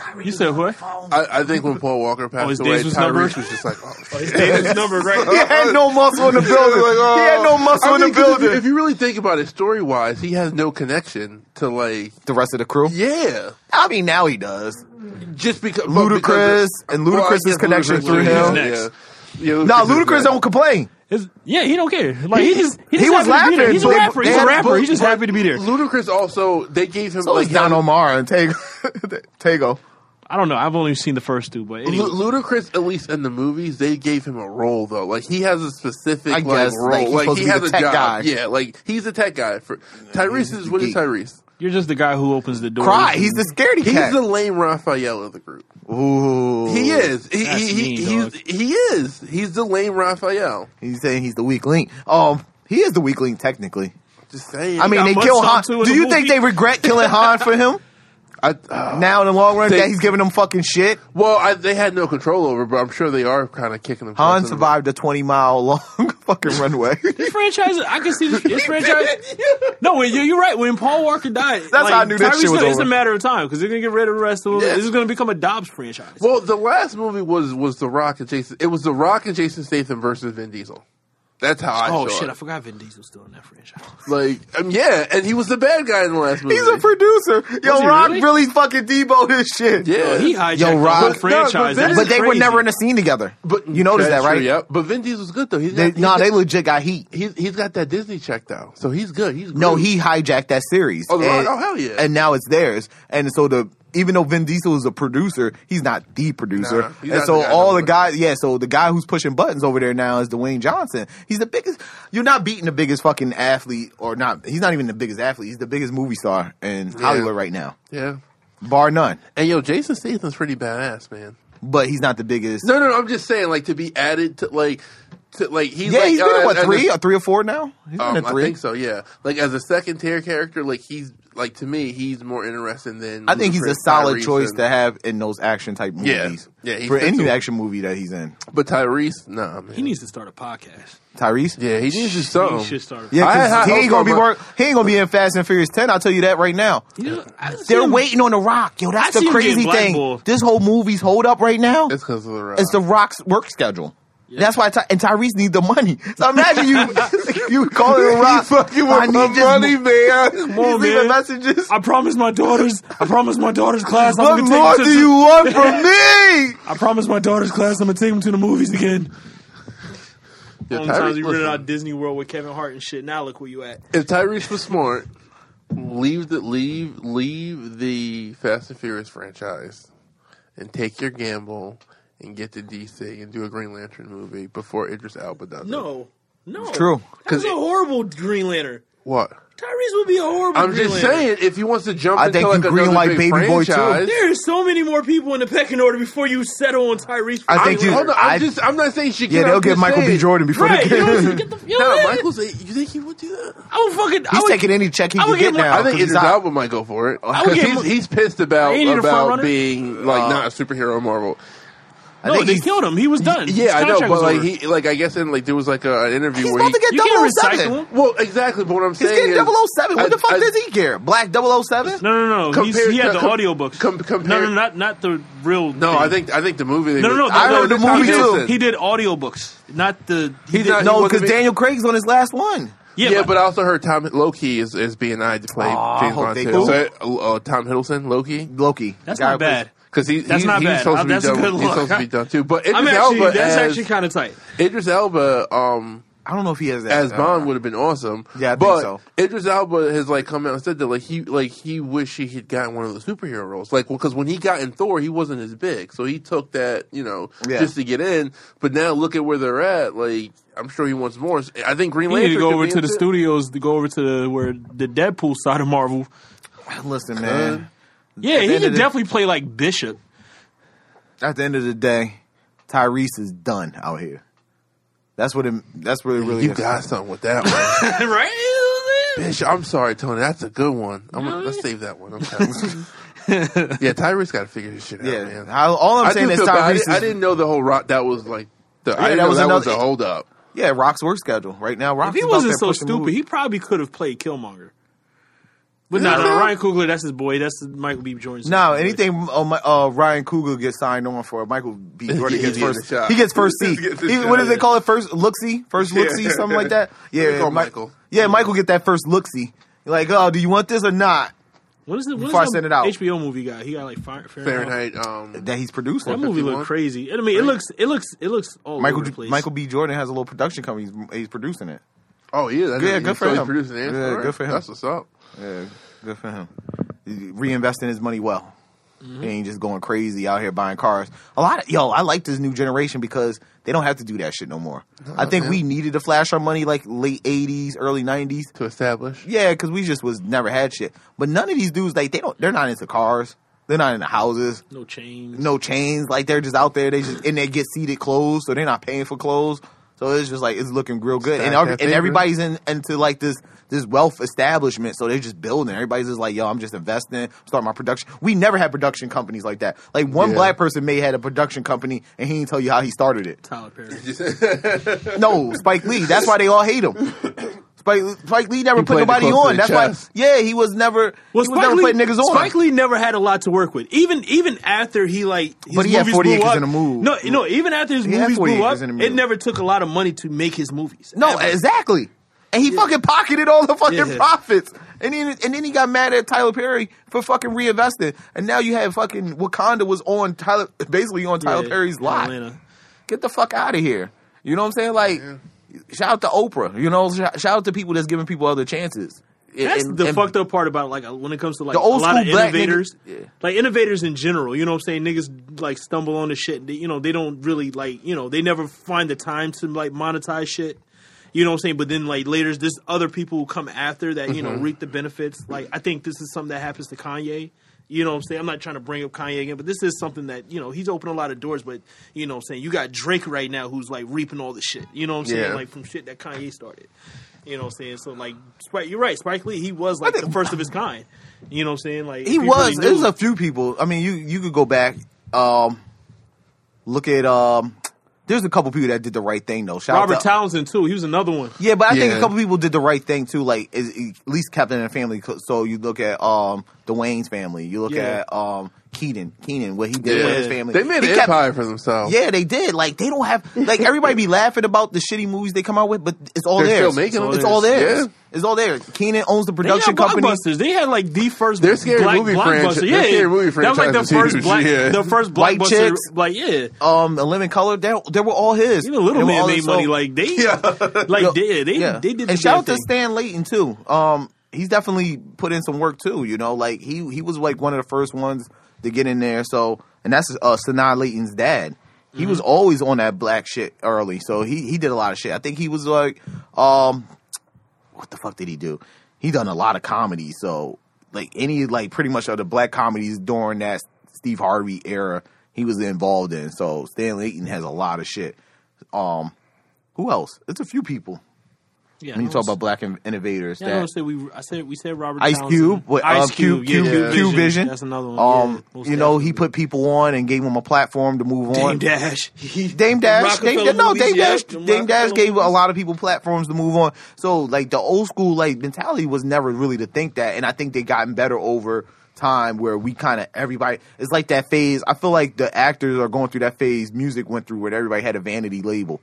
away, you said what? I, I think when Paul Walker Oh, his passed away, days was Tyrese numbered? was just like, oh, shit. David's number, he right? had no muscle in the I building. was like, oh. He had no muscle I in the mean, 'cause if you- building. If you really think about it, story wise, he has no connection to like, the rest of the crew. yeah, I mean, now he does. just because but Ludacris because of- and well, I Ludacris' guess connection Ludacris through is him. next. Yeah. Yeah, Now is Ludacris next. don't complain. It's- yeah, he don't care. Like he just he, He was just happy to be there. laughing, He's a but- rapper. He's a but- rapper. He's just but- happy to be there. Ludacris also they gave him So like is Don him- Omar and Tego. Tego. I don't know. I've only seen the first two, but anyway. Lu- Ludacris, at least in the movies, they gave him a role though. Like he has a specific I like, guess, role. like, he's Like, supposed he to be has the tech a job. guy. Yeah, like he's a tech guy. For Tyrese is the what is geek. Tyrese? You're just the guy who opens the door. Cry. He's the scaredy He's cat. the lame Raphael of the group. Ooh. He is. He, That's he, he, mean, he's, dog. he is. He's the lame Raphael. He's saying he's the weak link. Um, he is the weak link technically. Just saying. I mean, got they months kill on Han. to in Do the you think movie. they regret killing Han for him? I, uh, now in the long run, They- that he's giving them fucking shit. well, I, they had no control over, but I'm sure they are kind of kicking them. Han survived a twenty mile long fucking runway. This franchise, I can see this, this franchise. No, when- you're, you're right. When Paul Walker died, That's how I knew that Tyrese shit was gonna- It's over. a matter of time because they're gonna get rid of the rest of them. Yeah. This is gonna become a Dobbs franchise. Well, the last movie was was The Rock and Jason. It was The Rock and Jason Statham versus Vin Diesel. That's how I Oh saw shit! it. I forgot Vin Diesel was still in that franchise. Like, um, yeah, and he was the bad guy in the last movie. He's a producer. Was Yo, he Rock really? really? fucking Debo this shit. yeah, Oh, He hijacked Yo, Yo, Rob- the whole But- franchise. no, but That is But they were crazy. never in a scene together. but you noticed that's that, right? true, Yep. But Vin Diesel's good though. He's They, got, nah, he's they got, legit got heat. he's, he's got that Disney check though, so he's good. He's No, great. he hijacked that series. Oh, the Rock? and, Oh, hell yeah. And now it's theirs. And so the even though Vin Diesel is a producer, he's not the producer. Nah, he's and not so the guy all the doing it. guys, yeah. So the guy who's pushing buttons over there now is Dwayne Johnson. He's the biggest. You're not beating the biggest fucking athlete, or not. He's not even the biggest athlete. He's the biggest movie star in Hollywood right now, yeah. bar none. And yo, Jason Statham's pretty badass, man. But he's not the biggest. No, no, no I'm just saying, like to be added to like, to like he's yeah, like, he's been uh, in what as a- three or three or four now. He's been Um, in I three. think so. Yeah, like as a second tier character, like he's like to me, he's more interesting than I think he's a Ludacris, solid Tyrese, choice and- to have in those action type Yeah. movies. Yeah, he for fits any in. action movie that he's in, But Tyrese, nah, man. He needs to start a podcast. Tyrese. yeah, he needs to something. He should start. A Yeah, 'cause I had- he I ain't was gonna be talking work, He ain't gonna be in Fast and Furious Ten. I'll tell you that right now. You know, I see They're him- waiting on the Rock. Yo, that's I see the him getting crazy thing. blackballed. This whole movie's hold up right now. It's because of the rock. It's the Rock's work schedule. That's why Ty- and Tyrese need the money. So imagine you you calling the Rock. fucking I need this mo- man. on, He's leaving man. messages. I promised my daughters. I promised my daughters class. I'm What gonna more take them do to, you want from me? I promised my daughters class. I'm gonna take them to the movies again. Yo, Sometimes Tyrese, you rented listen, out Disney World with Kevin Hart and shit. Now look where you at. if Tyrese was smart, leave the leave leave the Fast and Furious franchise and take your gamble and get to DC and do a Green Lantern movie before Idris Elba does it. No, no, true. That's 'Cause a it- horrible Green Lantern. What? Tyrese would be a horrible. I'm Green just Lantern. saying, if he wants to jump I into think like you another greenlight big Baby Boy, too. franchise, There are so many more people in the pecking order before you settle on Tyrese. I for think Green you- Hold Lantern. on, I'm I- just. I'm not saying she. Yeah, can, they'll I'm get just Michael B. saying- Jordan before Right, the game. you know, get the, you know, No, man. Michael's. You think he would do that? I would fucking. I He's would, taking any check he I can would get give him- now. I think 'cause he's Idris out. Elba might go for it. I would Because give he's, him- he's pissed about Ain't he the about frontrunner? being like Uh, not a superhero in Marvel. I no, think they he's- killed him. He was done. His Yeah, I know, contract but was like over. he like I guess in like there was like a, an interview He's where about to he. get you can recycle 007. him. Well, exactly. But what I'm He's saying getting is 007. What I- the fuck I- does he care? Black 007? No, no, no. He's, Compared he had to- the com- audiobooks. com- no, compared- no, not not the real. No, thing. I think I think the movie. They No, no, no. I the- heard the no, he movie. did- Wilson. He did audiobooks, not the. He He's did, not- No, wasn't because being- Daniel Craig's on his last one. yeah, but, I also heard Tom Loki is, is being eyed to play Oh, I James hope Bond they too. do. So, uh, uh, Tom Hiddleston, Loki. Loki. that's Guy not who plays- bad. Because he, That's he's, not he's bad. Oh, supposed to be That's a done. good he's look. supposed to be done too. But Idris I'm actually. Elba That's as, actually kind of tight. Idris Elba um, I don't know if he has that. as uh, Bond would have been awesome. Yeah, I think but so. Idris Elba has like come out and said that like he like he wish he had gotten one of those superhero roles. Like because when he got in Thor, he wasn't as big, so he took that you know Yeah. just to get in. But now look at where they're at. Like I'm sure he wants more. I think Green We need Lantern to go could over be to the into it. studios to go over to the, where the Deadpool side of Marvel. Uh, Listen, man. Yeah, the he end of could the- definitely play like Bishop. At the end of the day, Tyrese is done out here. That's what. It, that's what it really. You is. got something with that one. right? Bitch, I'm sorry, Tony. That's a good one. I'm gonna, let's save that one. Okay. yeah, Tyrese got to figure his shit out, Yeah. man. I- all I'm I saying do is feel bad. I, Tyrese. Is, didn't, I didn't know the whole rock. That was like the, I Yeah, didn't that know was that another- was a hold up. Yeah, Rock's work schedule right now. Rock. If he wasn't so stupid, he probably could have played Killmonger. But no, no, Ryan Coogler, that's his boy. That's the Michael B. Jordan's. No, boy. anything uh, my- uh, Ryan Coogler gets signed on for, Michael B. Jordan He gets gets first. a shot. He gets first He seat. gets a He- shot, what does they yeah. call it? First look see, first look see, Yeah. something like that. Yeah, They call Mi- Michael. Yeah, Michael get that first look see. Like, oh, do you want this or not? What is the what is Before I that send it out. HBO movie guy? He got like Fire, Fahrenheit. Fahrenheit. Um, That he's producing. That movie 51? looked crazy. I mean, it looks it looks it looks all Michael over the place. Michael B. Jordan has a little production company. He's, he's producing it. oh yeah, that's Yeah, good for so he's him. Producing it. Yeah, All right, good for him. That's what's up. Yeah, good for him. He's Reinvesting his money well. He ain't just going crazy out here buying cars. A lot of yo, I like this new generation because they don't have to do that shit no more. I think we needed to flash our money like late eighties, early nineties. To establish. Yeah, because we just was never had shit. But none of these dudes like they don't. They're not into cars. They're not into houses. no chains. No chains. Like they're just out there. They just and they get seated clothes, so they're not paying for clothes. So it's just like it's looking real good, and Stack every, that and paper. everybody's in, into like this this wealth establishment. So they're just building. Everybody's just like, yo, I'm just investing, start my production. We never had production companies like that. Like one Yeah. black person may had a production company, and he didn't tell you how he started it. Tyler Perry. No, Spike Lee. That's why they all hate him. Spike, Spike Lee never He put played it nobody close to the on. That's chest. why, yeah, he was never. Well, he was never putting niggas on. Spike Lee never had a lot to work with. Even even after he like his But he had movies 40 blew Acres up. and a Mule. No, no. Even after his had movies 40 blew Acres up, and a Mule. it never took a lot of money to make his movies. No, Ever. exactly. And he fucking pocketed all the fucking Yeah. profits. And then and then he got mad at Tyler Perry for fucking reinvesting. And now you have fucking Wakanda was on Tyler basically on Tyler Yeah, Perry's lot. Atlanta. Get the fuck out of here. You know what I'm saying? Like shout out to Oprah. You know, shout, shout out to people that's giving people other chances. And- That's and- the and- fucked up part about like uh, when it comes to like The old a lot of school black innovators, niggas- yeah. like innovators in general. You know what I'm saying? Niggas like stumble on the shit. They, you know they don't really like you know they never find the time to like monetize shit. You know what I'm saying? But then like later, there's other people who come after that. You Mm-hmm. know, reap the benefits. Like I think this is something that happens to Kanye. You know what I'm saying? I'm not trying to bring up Kanye again, but this is something that, you know, he's opened a lot of doors, but you know what I'm saying? You got Drake right now who's like reaping all the shit. You know what I'm saying? Yeah. Like from shit that Kanye started. You know what I'm saying? So like Spike you're right, Spike Lee, he was like the first of his kind. You know what I'm saying? Like he was. There's a few people. I mean, you you could go back. Um, look at um. There's a couple people that did the right thing though. Shout out Robert to- Townsend too. He was another one. Yeah, but I think a Yeah. couple people did the right thing too. Like is, at least kept it in the family. Co- So you look at um the Wayne's family. You look Yeah. at um Keaton, Keenan, what he did with his family. They made He an kept- empire for themselves. Yeah, they did. Like they don't have like everybody be laughing about the shitty movies they come out with, but it's all They're theirs. still making it's them. all Yeah. theirs. It's all theirs. Keenan owns the They had production company. blockbusters. They had like the first Their scary black movie franchi- blockbuster. their Yeah, scary movie that was like the franchise was first huge, black, yeah. the first White blockbuster. Chicks. Like yeah, Um, a lemon color. They, they were all his. even Little They were Man all made his. money. So- Like they, like they, they, they did. And the shout damn out to thing. Stan Layton too. Um, he's definitely put in some work too. You know, like he he was like one of the first ones to get in there. So, and that's uh, Sanaa Layton's dad. He was Mm-hmm. always on that black shit early, so he he did a lot of shit. I think he was like, um, what the fuck did he do? He done a lot of comedy, so like any like pretty much of the black comedies during that Steve Harvey era, he was involved in. So Stan Layton has a lot of shit. Um, who else? It's a few people. Yeah, When I you talk don't- about black in- innovators, Yeah, I don't that say we. I said we said Robert Ice Townsend. Cube, with, Ice um, Cube, Cube, yeah. Cube Vision. That's another one. Um, Yeah, most you know, he definitely. put people on and gave them a platform to move on. Dame Dash. He- Dame Dash, Rockefeller Dame, no, movies, Dame yeah, Dash, the Dame Dash Rockefeller gave a movies. lot of people platforms to move on. So like the old school like mentality was never really to think that, and I think they gotten better over time where we kind of everybody it's like that phase. I feel like the actors are going through that phase music went through where everybody had a vanity label.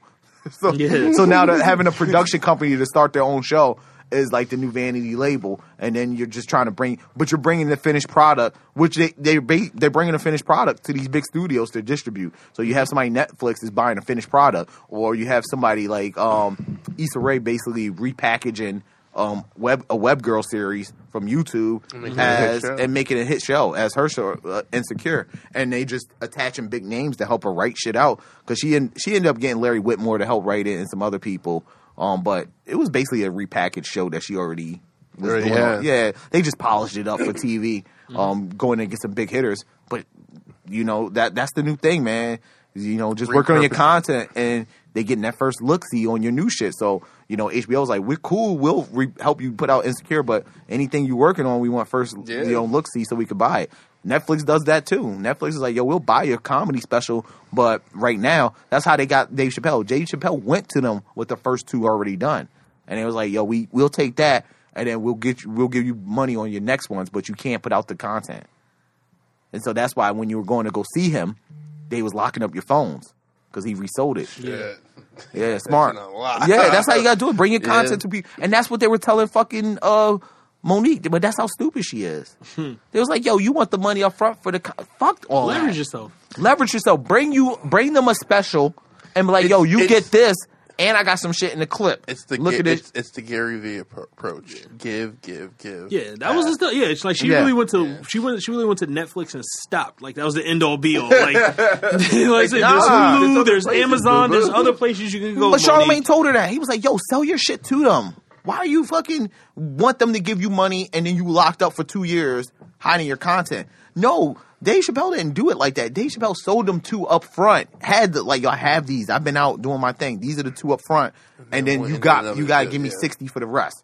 So, Yeah. so now that having a production company to start their own show is like the new vanity label, and then you're just trying to bring, but you're bringing the finished product, which they they ba- they're bringing a finished product to these big studios to distribute. So you have somebody Netflix is buying a finished product, or you have somebody like um, Issa Rae basically repackaging um, web a web girl series from YouTube making it a hit as show. and making a hit show as her show uh, insecure and they just attaching big names to help her write shit out because she en- she ended up getting larry whitmore to help write it and some other people um but it was basically a repackaged show that she already was Already doing had. on- yeah they just polished it up for tv um going and get some big hitters but you know that that's the new thing man you know just working on your Repurpose. content and they getting that first look see on your new shit so you know hbo's like we're cool we'll re- help you put out insecure but anything you working on we want first Yeah. you know look see so we could buy it netflix does that too netflix is like yo we'll buy your comedy special but right now that's how they got dave chappelle dave chappelle went to them with the first two already done and it was like yo we, we'll take that and then we'll get you, we'll give you money on your next ones but you can't put out the content and so that's why when you were going to go see him, they was locking up your phones because he resold it. Yeah. Yeah, smart. a lot. Yeah, that's how you gotta do it. Bring your content to people, and that's what they were telling fucking uh, Monique. But that's how stupid she is. Hmm. They was like, "Yo, you want the money up front for the co- fuck all Leverage that. yourself. leverage yourself. Bring you bring them a special, and be like, yo, you it's- get this, and I got some shit in the clip. It's the look Ga- at it. It's, it's the Gary Vee appro- approach. Give, give, give. Yeah, that was Ah. the stuff. Yeah, it's like she Yeah. really went to Yeah. she went she really went to Netflix and stopped. Like that was the end all be all. Like, like I said, there's nah, there's Hulu, other there's, places, Amazon, boo-boo. there's other places you can go. But Charlemagne Monique. told her that. He was like, yo, sell your shit to them. Why are you fucking want them to give you money and then you locked up for two years hiding your content? No, Dave Chappelle didn't do it like that. Dave Chappelle sold them two up front. Had the, like y'all have these. I've been out doing my thing. These are the two up front, and then one- you and got another you got to two, give me yeah. sixty for the rest.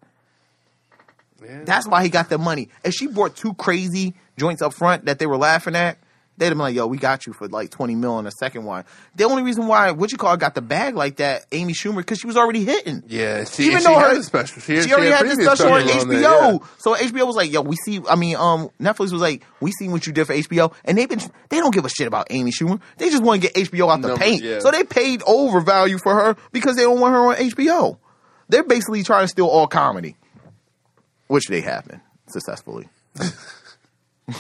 Yeah. That's why he got the money. And she brought two crazy joints up front that they were laughing at. They'd have been like, "Yo, we got you for like twenty mil on the second one." The only reason why what you call it got the bag like that, Amy Schumer, because she was already hitting. Yeah, she, Even she though had her- a special. She, She already had this previous special on specials HBO, there, yeah. so HBO was like, "Yo, we see." I mean, um, Netflix was like, "We seen what you did for HBO," and they've been they don't give a shit about Amy Schumer. They just want to get HBO out the Number- paint, yeah. so they paid overvalue for her because they don't want her on HBO. They're basically trying to steal all comedy, which they have been successfully. well,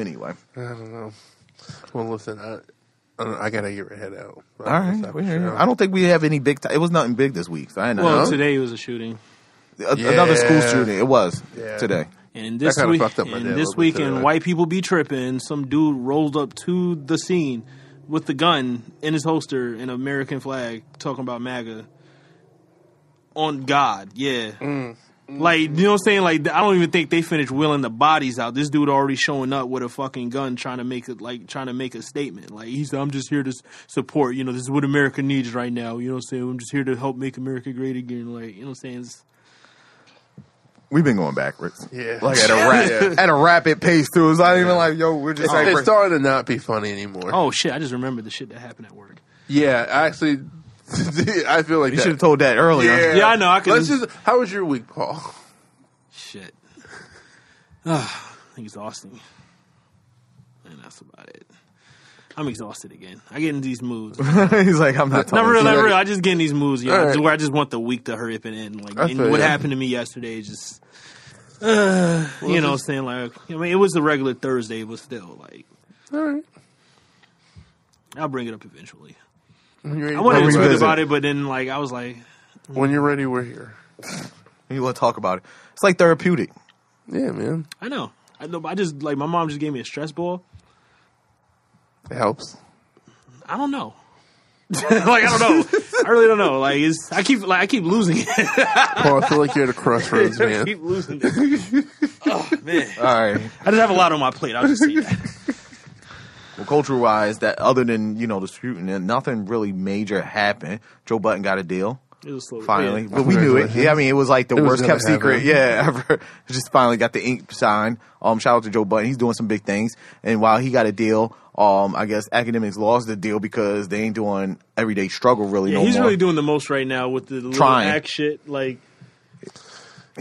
anyway, I don't know. Well, listen, I, I, don't- I gotta get your head out. all right. Stop we're the here. show. I don't think we have any big. T- it was nothing big this week, so I didn't Well, know. today was a shooting, A- Another school Yeah. shooting. It was Yeah. today. and this kinda week, fucked up my day a and this little bit weekend, today. white people be tripping. Some dude rolled up to the scene with the gun in his holster and American flag, talking about MAGA. On God, yeah. Mm. Like you know what I'm saying? Like I don't even think they finished wheeling the bodies out. This dude already showing up with a fucking gun, trying to make it like trying to make a statement. Like he's I'm just here to s- support. You know, this is what America needs right now. You know what I'm saying? I'm just here to help make America great again. Like you know what I'm saying? It's- We've been going backwards. Yeah. Like at a ra- at a rapid pace too. It's not even like, yo, we're just It's, like it's starting to not be funny anymore. Oh shit! I just remembered the shit that happened at work. Yeah, actually, I feel like you that. should have told that earlier. yeah. Yeah, I know, I could- Let's just. How was your week, Paul? Shit. Ah, exhausting. And that's about it. I'm exhausted again. I get in these moods. not He's like, I'm not talking real, to not you. real. I just get in these moods, yeah. All right. Where I just want the week to hurry up and end. Like, I and feel what ya. happened to me yesterday is just, uh, you know, what I'm saying like, I mean, it was a regular Thursday, but still, like, All right. I'll bring it up eventually. When you're ready, I wanted to revisit. tweet about it, but then, like, I was like, when you're ready, we're here. You want to talk about it. It's like therapeutic. Yeah, man, I know. I know. but I just like my mom just gave me a stress ball. it helps. I don't know. like I don't know. I really don't know. Like it's I keep like I keep losing it. Paul, I feel like you're at a crossroads, I man. keep losing it. Oh man. All right. I just have a lot on my plate. I'll just say that. Well, culture wise, that other than you know the shooting, and nothing really major happened. Joe Button got a deal It was slow. finally, Yeah. but we knew it. Yeah, I mean, it was like the It was worst gonna kept secret. happen. Yeah, ever. Just finally got the ink signed. Um, shout out to Joe Button. He's doing some big things, and while he got a deal, um, I guess academics lost the deal because they ain't doing everyday struggle really Yeah, no he's more. really doing the most right now with the little Trying. act shit. Like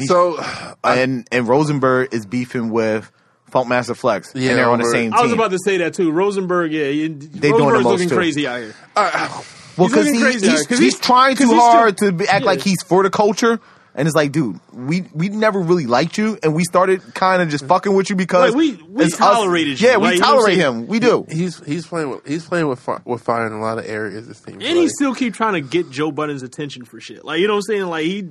So, and and Rosenberg is beefing with Funkmaster Flex, Yeah, and they're on the over- same team. I was about to say that too. Rosenberg, yeah, he, doing the Rosenberg's most, looking too. crazy out here. well, he's because looking crazy, he's, yeah, 'cause he's he's- trying 'cause too he's still- hard to be- act Yeah. like he's for the culture, and it's like, dude, we we never really liked you, and we started kind of just fucking with you because Like, we- we it's us- tolerated you, Yeah, we like, you know what I'm tolerate saying? him. We do. he's he's playing with he's playing with fi- with fire in a lot of areas. It seems. And like. he still keep trying to get Joe Budden's attention for shit. Like you know what I'm saying? Like he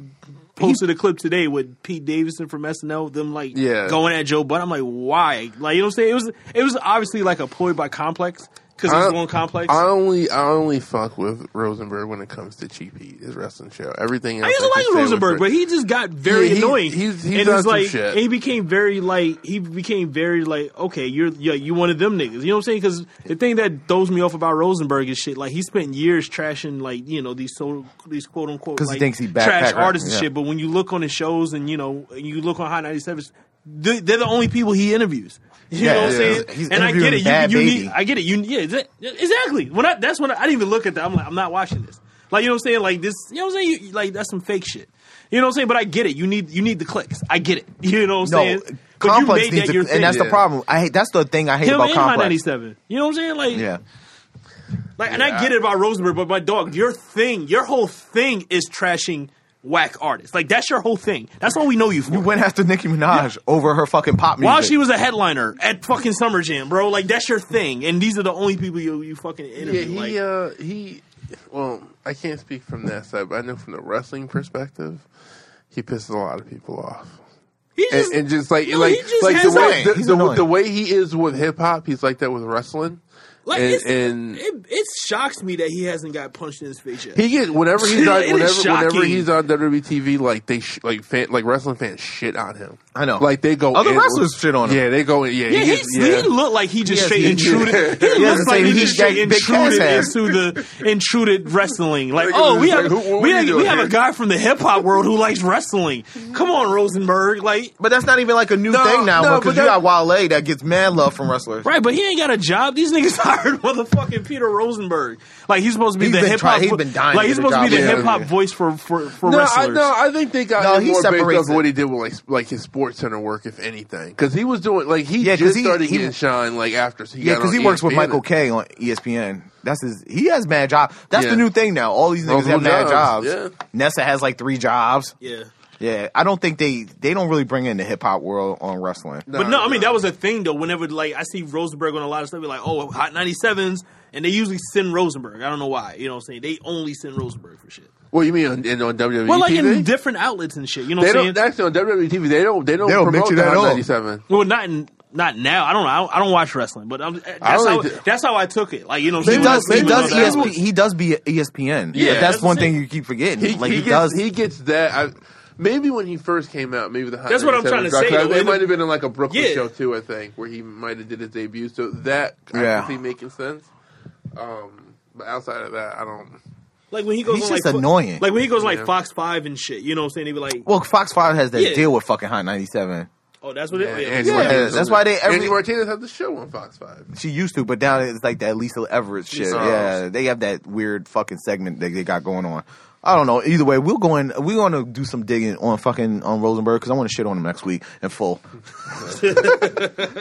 posted a clip today with Pete Davidson from SNL, them like Yeah. going at Joe Budden. I'm like, why? Like you know what I'm saying? It was it was obviously like a ploy by Complex because he's I- on Complex. I I, only I only fuck with Rosenberg when it comes to Cheap Heat, his wrestling show. Everything else used to can like say was Rosenberg, great. but he just got very Yeah, he- annoying. he's- he and done it's some like shit. and he became very like he became very like okay, you're yeah, you one of them niggas. You know what I'm saying? Because the thing that throws me off about Rosenberg is shit. Like he spent years trashing like you know these so these quote unquote 'Cause he like, thinks he backpack trash rapping, artists and yeah. shit. But when you look on his shows and you know you look on High 97, they- they're the only people he interviews. You Yeah, know what I'm yeah. saying? He's and I interviewing get it. Bad You, you Baby. need, I get it. You yeah, exa- exactly. When I that's when I, I didn't even look at that. I'm like, I'm not watching this. Like you know what I'm saying? Like this, you know what I'm saying? You, like that's some fake shit. You know what I'm saying? But I get it. You need you need the clicks. I get it. You know what I'm No, saying? But you complex made needs, that to, your thing. and that's the Yeah. problem. I hate that's the thing I hate Him about and my complex. 97. You know what I'm saying? Like, Yeah, like, and I get it about Rosenberg, but my dog, your thing, your whole thing is trashing whack artists. Like that's your whole thing. That's all we know you for. you went after Nicki Minaj over her fucking pop music. While she was a headliner at fucking Summer Jam, bro, like that's your thing, and these are the only people you you fucking interview. Yeah, like, he uh he well, I can't speak from that side, but I know from the wrestling perspective, he pisses a lot of people off. he And, just, and just like No, like he just like the has way annoying. the, He's the, annoying. the way he is with hip hop, he's like that with wrestling. Like And- it's, and- it, it shocks me that he hasn't got punched in his face yet. He gets whenever he's It on is whenever whenever shocking. he's on WWTV, like they sh- like fan, like wrestling fans shit on him. I know. Like they go Other in- wrestlers shit on him. Yeah, they go. in- Yeah, yeah, he gets- he's, yeah. he looked like he just Yes, straight he did. intruded. He He has the looks like same he big- just straight big intruded ass into the intruded wrestling. Like, Like, oh, we it's have like, who- what we are have, you we doing have a here? guy from the hip hop world who likes wrestling. Come on, Rosenberg. Like, But that's not even like a new No, thing now, no, because but you that- got Wale that gets mad love from wrestlers. right? But he ain't got a job. These niggas hired motherfucking Peter Rosenberg. Like, he's supposed to be He's the been hip try- hop. he's been dying Like, to he's get a supposed to be job. the Yeah. hip hop voice for for for No, I, wrestlers. no, I think they got No, him he more based separates off it. what he did with like like his sports center work, if anything, because he was doing like he Yeah, 'cause just he- started he- getting shine like after. He Yeah, got because on E he works with ESPN. Michael K on E ESPN. That's his. He has mad job. That's the Yeah. new thing now. All these niggas Multiple have mad jobs. jobs, Nessa has like three jobs. yeah. Yeah, I don't think they they don't really bring in the hip hop world on wrestling. But no, I mean that was a thing though. Whenever like I see Rosenberg on a lot of stuff, be like, oh, hot ninety sevens, and they usually send Rosenberg. I don't know why. You know what I'm saying? They only send Rosenberg for shit. Well, you mean on, in- on E WWE? Well, like in TV? different outlets and shit. You know they what don't I'm saying? actually on WWE TV. They don't they don't, They don't promote mention that that at all. ninety seven. Well, not in. Not now. I don't know. I don't, I don't watch wrestling, but I'm, that's don't how either. that's how I took it. Like you know, what He I'm They E does. saying? He Even does. E though that ESP, he does be E ESPN. Yeah, Yeah, that's that's one the same. thing you keep forgetting. He, like he, he, gets, does. He gets that. I, maybe when he first came out, maybe the Hot That's what I'm 97 trying to dropped. say, I- though. It In the- might have been in like a Brooklyn Yeah. show too, I think, where he might have did his debut. So that I Yeah. can see making sense. Um, but outside of that, I don't. Like when he goes, He's on, just like, Fo- annoying. Like when he goes on, like Yeah. Fox Five and shit. You know what I'm saying? They be like, well, Fox Five has that Yeah. deal with fucking Hot ninety seven. oh, that's what Yeah, it. Yeah, Angie yeah, Martinez that's doesn't- why they- every- Angie Martinez had the show on Fox Five. She used to, but now it's like that Lisa Everett shit. Lisa. Yeah, they have that weird fucking segment that they got going on. I don't know. Either way, we'll go in. We're going to do some digging on fucking on Rosenberg because I want to shit on him next week in full. I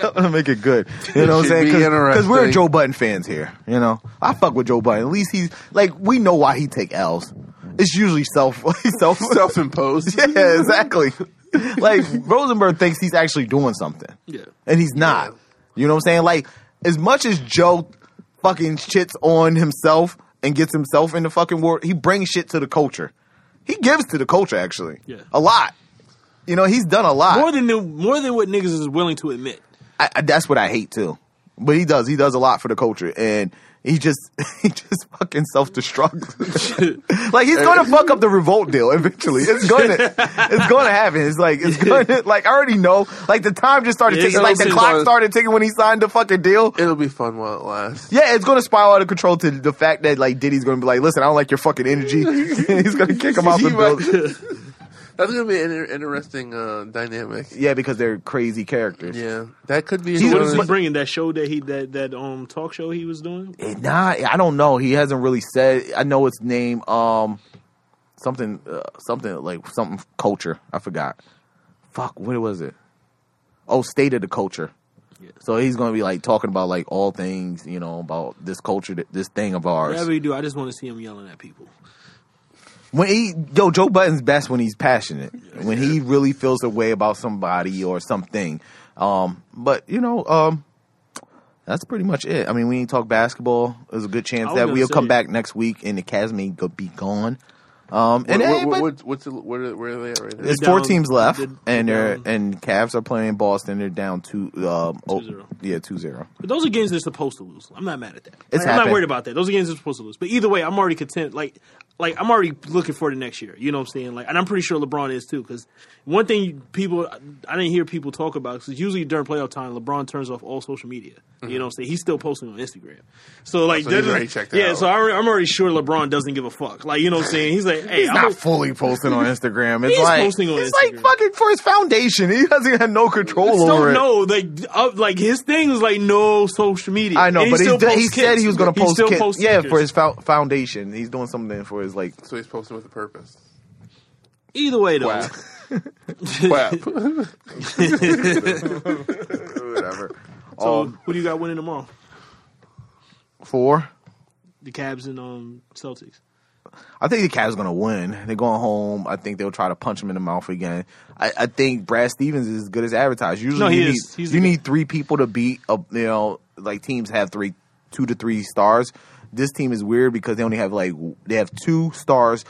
want to make it good. You know what I'm should saying? be Because we're interesting. Joe Button fans here. You know, I fuck with Joe Button. At least he's like we know why he take L's. It's usually self self Self imposed. yeah, exactly. like Rosenberg thinks he's actually doing something. Yeah. And he's not. You know what I'm saying? Like as much as Joe fucking shits on himself and gets himself in the fucking war, he brings shit to the culture. He gives to the culture actually. Yeah. A lot. You know, he's done a lot. more than the, more than what niggas is willing to admit. I, I, that's what I hate too. But he does. He does a lot for the culture, and he just he just fucking self destructs. like he's going to fuck up the revolt deal eventually. It's going to it's going to happen. It's like it's going to like I already know. Like the time just started Yeah, ticking. it's Like the gonna- clock started ticking when he signed the fucking deal. It'll be fun while it lasts. Yeah, it's going to spiral out of control to the fact that like Diddy's going to be like, listen, I don't like your fucking energy. he's going to kick him out the He might- building. That's gonna be an inter- interesting uh, dynamic. Yeah, because they're crazy characters. Yeah, that could be. So What Uh, is he but- bringing? That show that he that that um talk show he was doing. Nah, I don't know. He hasn't really said. I know its name. Um, something, uh, something like something culture. I forgot. Fuck, what was it? Oh, state of the culture. So he's gonna be like talking about like all things, you know, about this culture, th- this thing of ours. Whatever you do, I just want to see him yelling at people. When he, yo, Joe Button's best when he's passionate, when he really feels a way about somebody or something. Um, but you know, um, that's pretty much it. I mean, we ain't talk basketball. There's a good I chance was that gonna we'll come say- back next week and the Cavs may go be gone. Um, What, and hey, what, but what, what's what's the, where, are, where are they at right now? there's They're four down- teams left, they're- and they're they're and Cavs are playing Boston. They're down two, um, oh, 2-0. yeah, two zero. But those are games they're supposed to lose. I'm not mad at that. It's Like, I'm happened. not worried about that. Those are games they're supposed to lose. But either way, I'm already content. Like, like I'm already looking forward to next year. You know what I'm saying? Like, and I'm pretty sure LeBron is too. Because one thing you- people, I didn't hear people talk about because usually during playoff time, LeBron turns off all social media. You know what I'm saying? He's still posting on Instagram. So like, So he's that- already checked it yeah. out. So I already- I'm already sure LeBron doesn't give a fuck. Like, you know what I'm saying? He's like, hey, He's I'm not a- fully posting on Instagram. It's He's like posting on it's like Instagram. fucking for his foundation. He doesn't have no control Still, over it. no, like, uh, like his thing is like no social media. I know, And but he, still did- he posts said kicks. he was going to post still kit- posts Yeah, pictures. for his fou- foundation. He's doing something for his like. So he's posting with a purpose. Either way, though, Wow. Wow. Whatever. So um, who do you got winning tomorrow? four. The Cavs and um Celtics. I think the Cavs are going to win. They're going home. I think they'll try to punch him in the mouth again. I, I think Brad Stevens is as good as advertised. Usually, No, he you, Need, is. He's you the- need three people to beat. A, you know, like teams have three, two to three stars. This team is weird because they only have like w- they have two stars.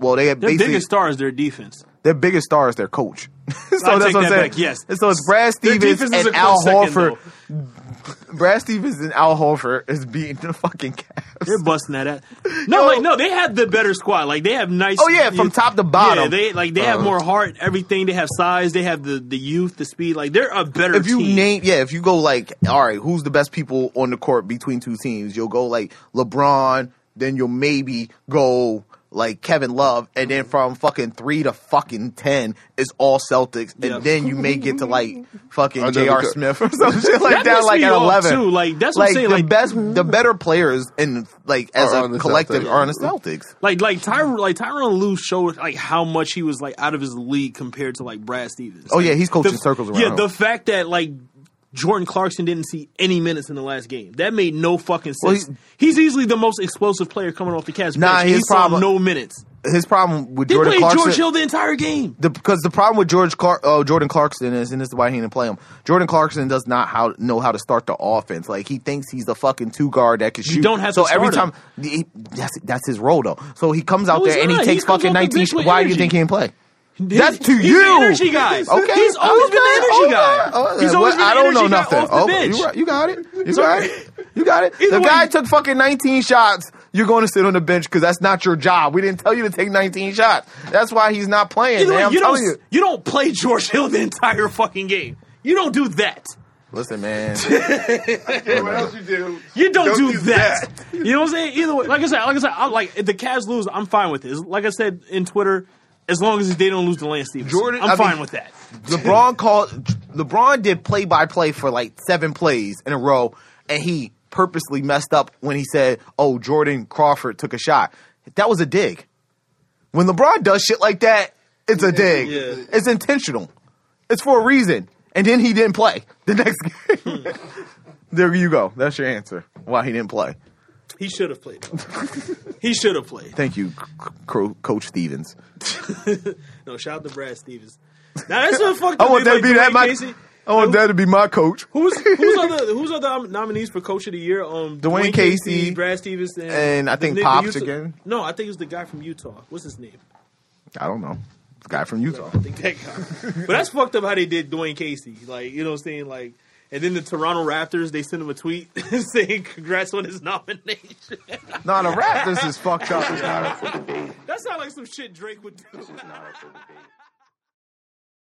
Well, they have Their basically biggest star is their defense. their biggest star is their coach. so I that's take what I'm that saying. back, yes. And so it's Brad Their Stevens defense is and a Al close second, Horford Brad Stevens and Al Horford is beating the fucking Cavs. They're busting that ass. No, Yo. like no, they have the better squad. Like they have nice. Oh, yeah, from top to bottom. Yeah, they like they have more heart. Everything they have size. They have the the youth, the speed. Like they're a better. If you team. name, yeah, if you go like, all right, who's the best people on the court between two teams? You'll go like LeBron, then you'll maybe go like Kevin Love, and then from fucking three to fucking ten is all Celtics, and Yep. then you may get to like fucking Another J.R. cut. Smith or some shit like that, pissed like me at off, eleven. too. Like that's what like I'm saying. the Like mm. best, the better players in like as Are on a the collective Celtics. are on the Celtics. Like like Tyron like Tyron Lue showed like how much he was like out of his league compared to like Brad Stevens. Oh Like, yeah, he's coaching the- circles around. Yeah, the fact that like Jordan Clarkson didn't see any minutes in the last game that made no fucking Well, sense. he's easily the most explosive player coming off the Cavs. Nah, bench. his he problem- saw no minutes. his problem with They Jordan played Clarkson. George Hill the entire game. the, because the problem with George Clark, uh, Jordan Clarkson is, and this is why he didn't play him. Jordan Clarkson does not how know how to start the offense. Like he thinks he's the fucking two guard that can shoot. don't have so to every start time he, that's that's his role though. So he comes out No, he's there and he not. takes He comes fucking off the nineteen. bench with Why do you energy. think he didn't play? That's to he's you. The energy guy. Okay, He's always okay, been the energy okay, guy. okay. He's always oh, Well, been the energy guy off the Oh, bench. You, right. you got it. You got it. You got it. Either the way- guy took fucking 19 shots. You're going to sit on the bench because that's not your job. We didn't tell you to take 19 shots. That's why he's not playing. Either man. way, I'm you don't telling you. you don't play George Hill the entire fucking game. You don't do that. Listen, man. what else you do? You don't, do do that. You know what I'm saying? Either way, like I said, like I said, I'm like if the Cavs lose, I'm fine with it. As- Like I said in Twitter, as long as they don't lose to Lance Stevenson, Jordan- I'm I fine mean- with that. LeBron called. LeBron did play by play for like seven plays in a row, and he purposely messed up when he said, "Oh, Jordan Crawford took a shot." That was a dig. When LeBron does shit like that, it's a dig. yeah. It's intentional. It's for a reason. And then he didn't play the next game. there you go. That's your answer. Why he didn't play? He should have played. he should have played. Thank you, C- C- Coach Stevens. No, shout out to Brad Stevens. Now that's what fucked I up. want dude. that to be that Dwayne my. Casey- I want that to be my coach. Who's who's other who's other nominees for coach of the year? Um, Dwayne Casey, Brad Stevens, and, and I the think nigga Pops Utah- again. No, I think it was the guy from Utah. What's his name? I don't know. Guy from Utah. I think that guy. but that's fucked up how they did Dwayne Casey. Like, you know what I'm saying? Like, and then the Toronto Raptors, they sent him a tweet saying, congrats on his nomination. No, the Raptors is fucked up. Not up for debate. That sounds like some shit Drake would do. Not up for debate.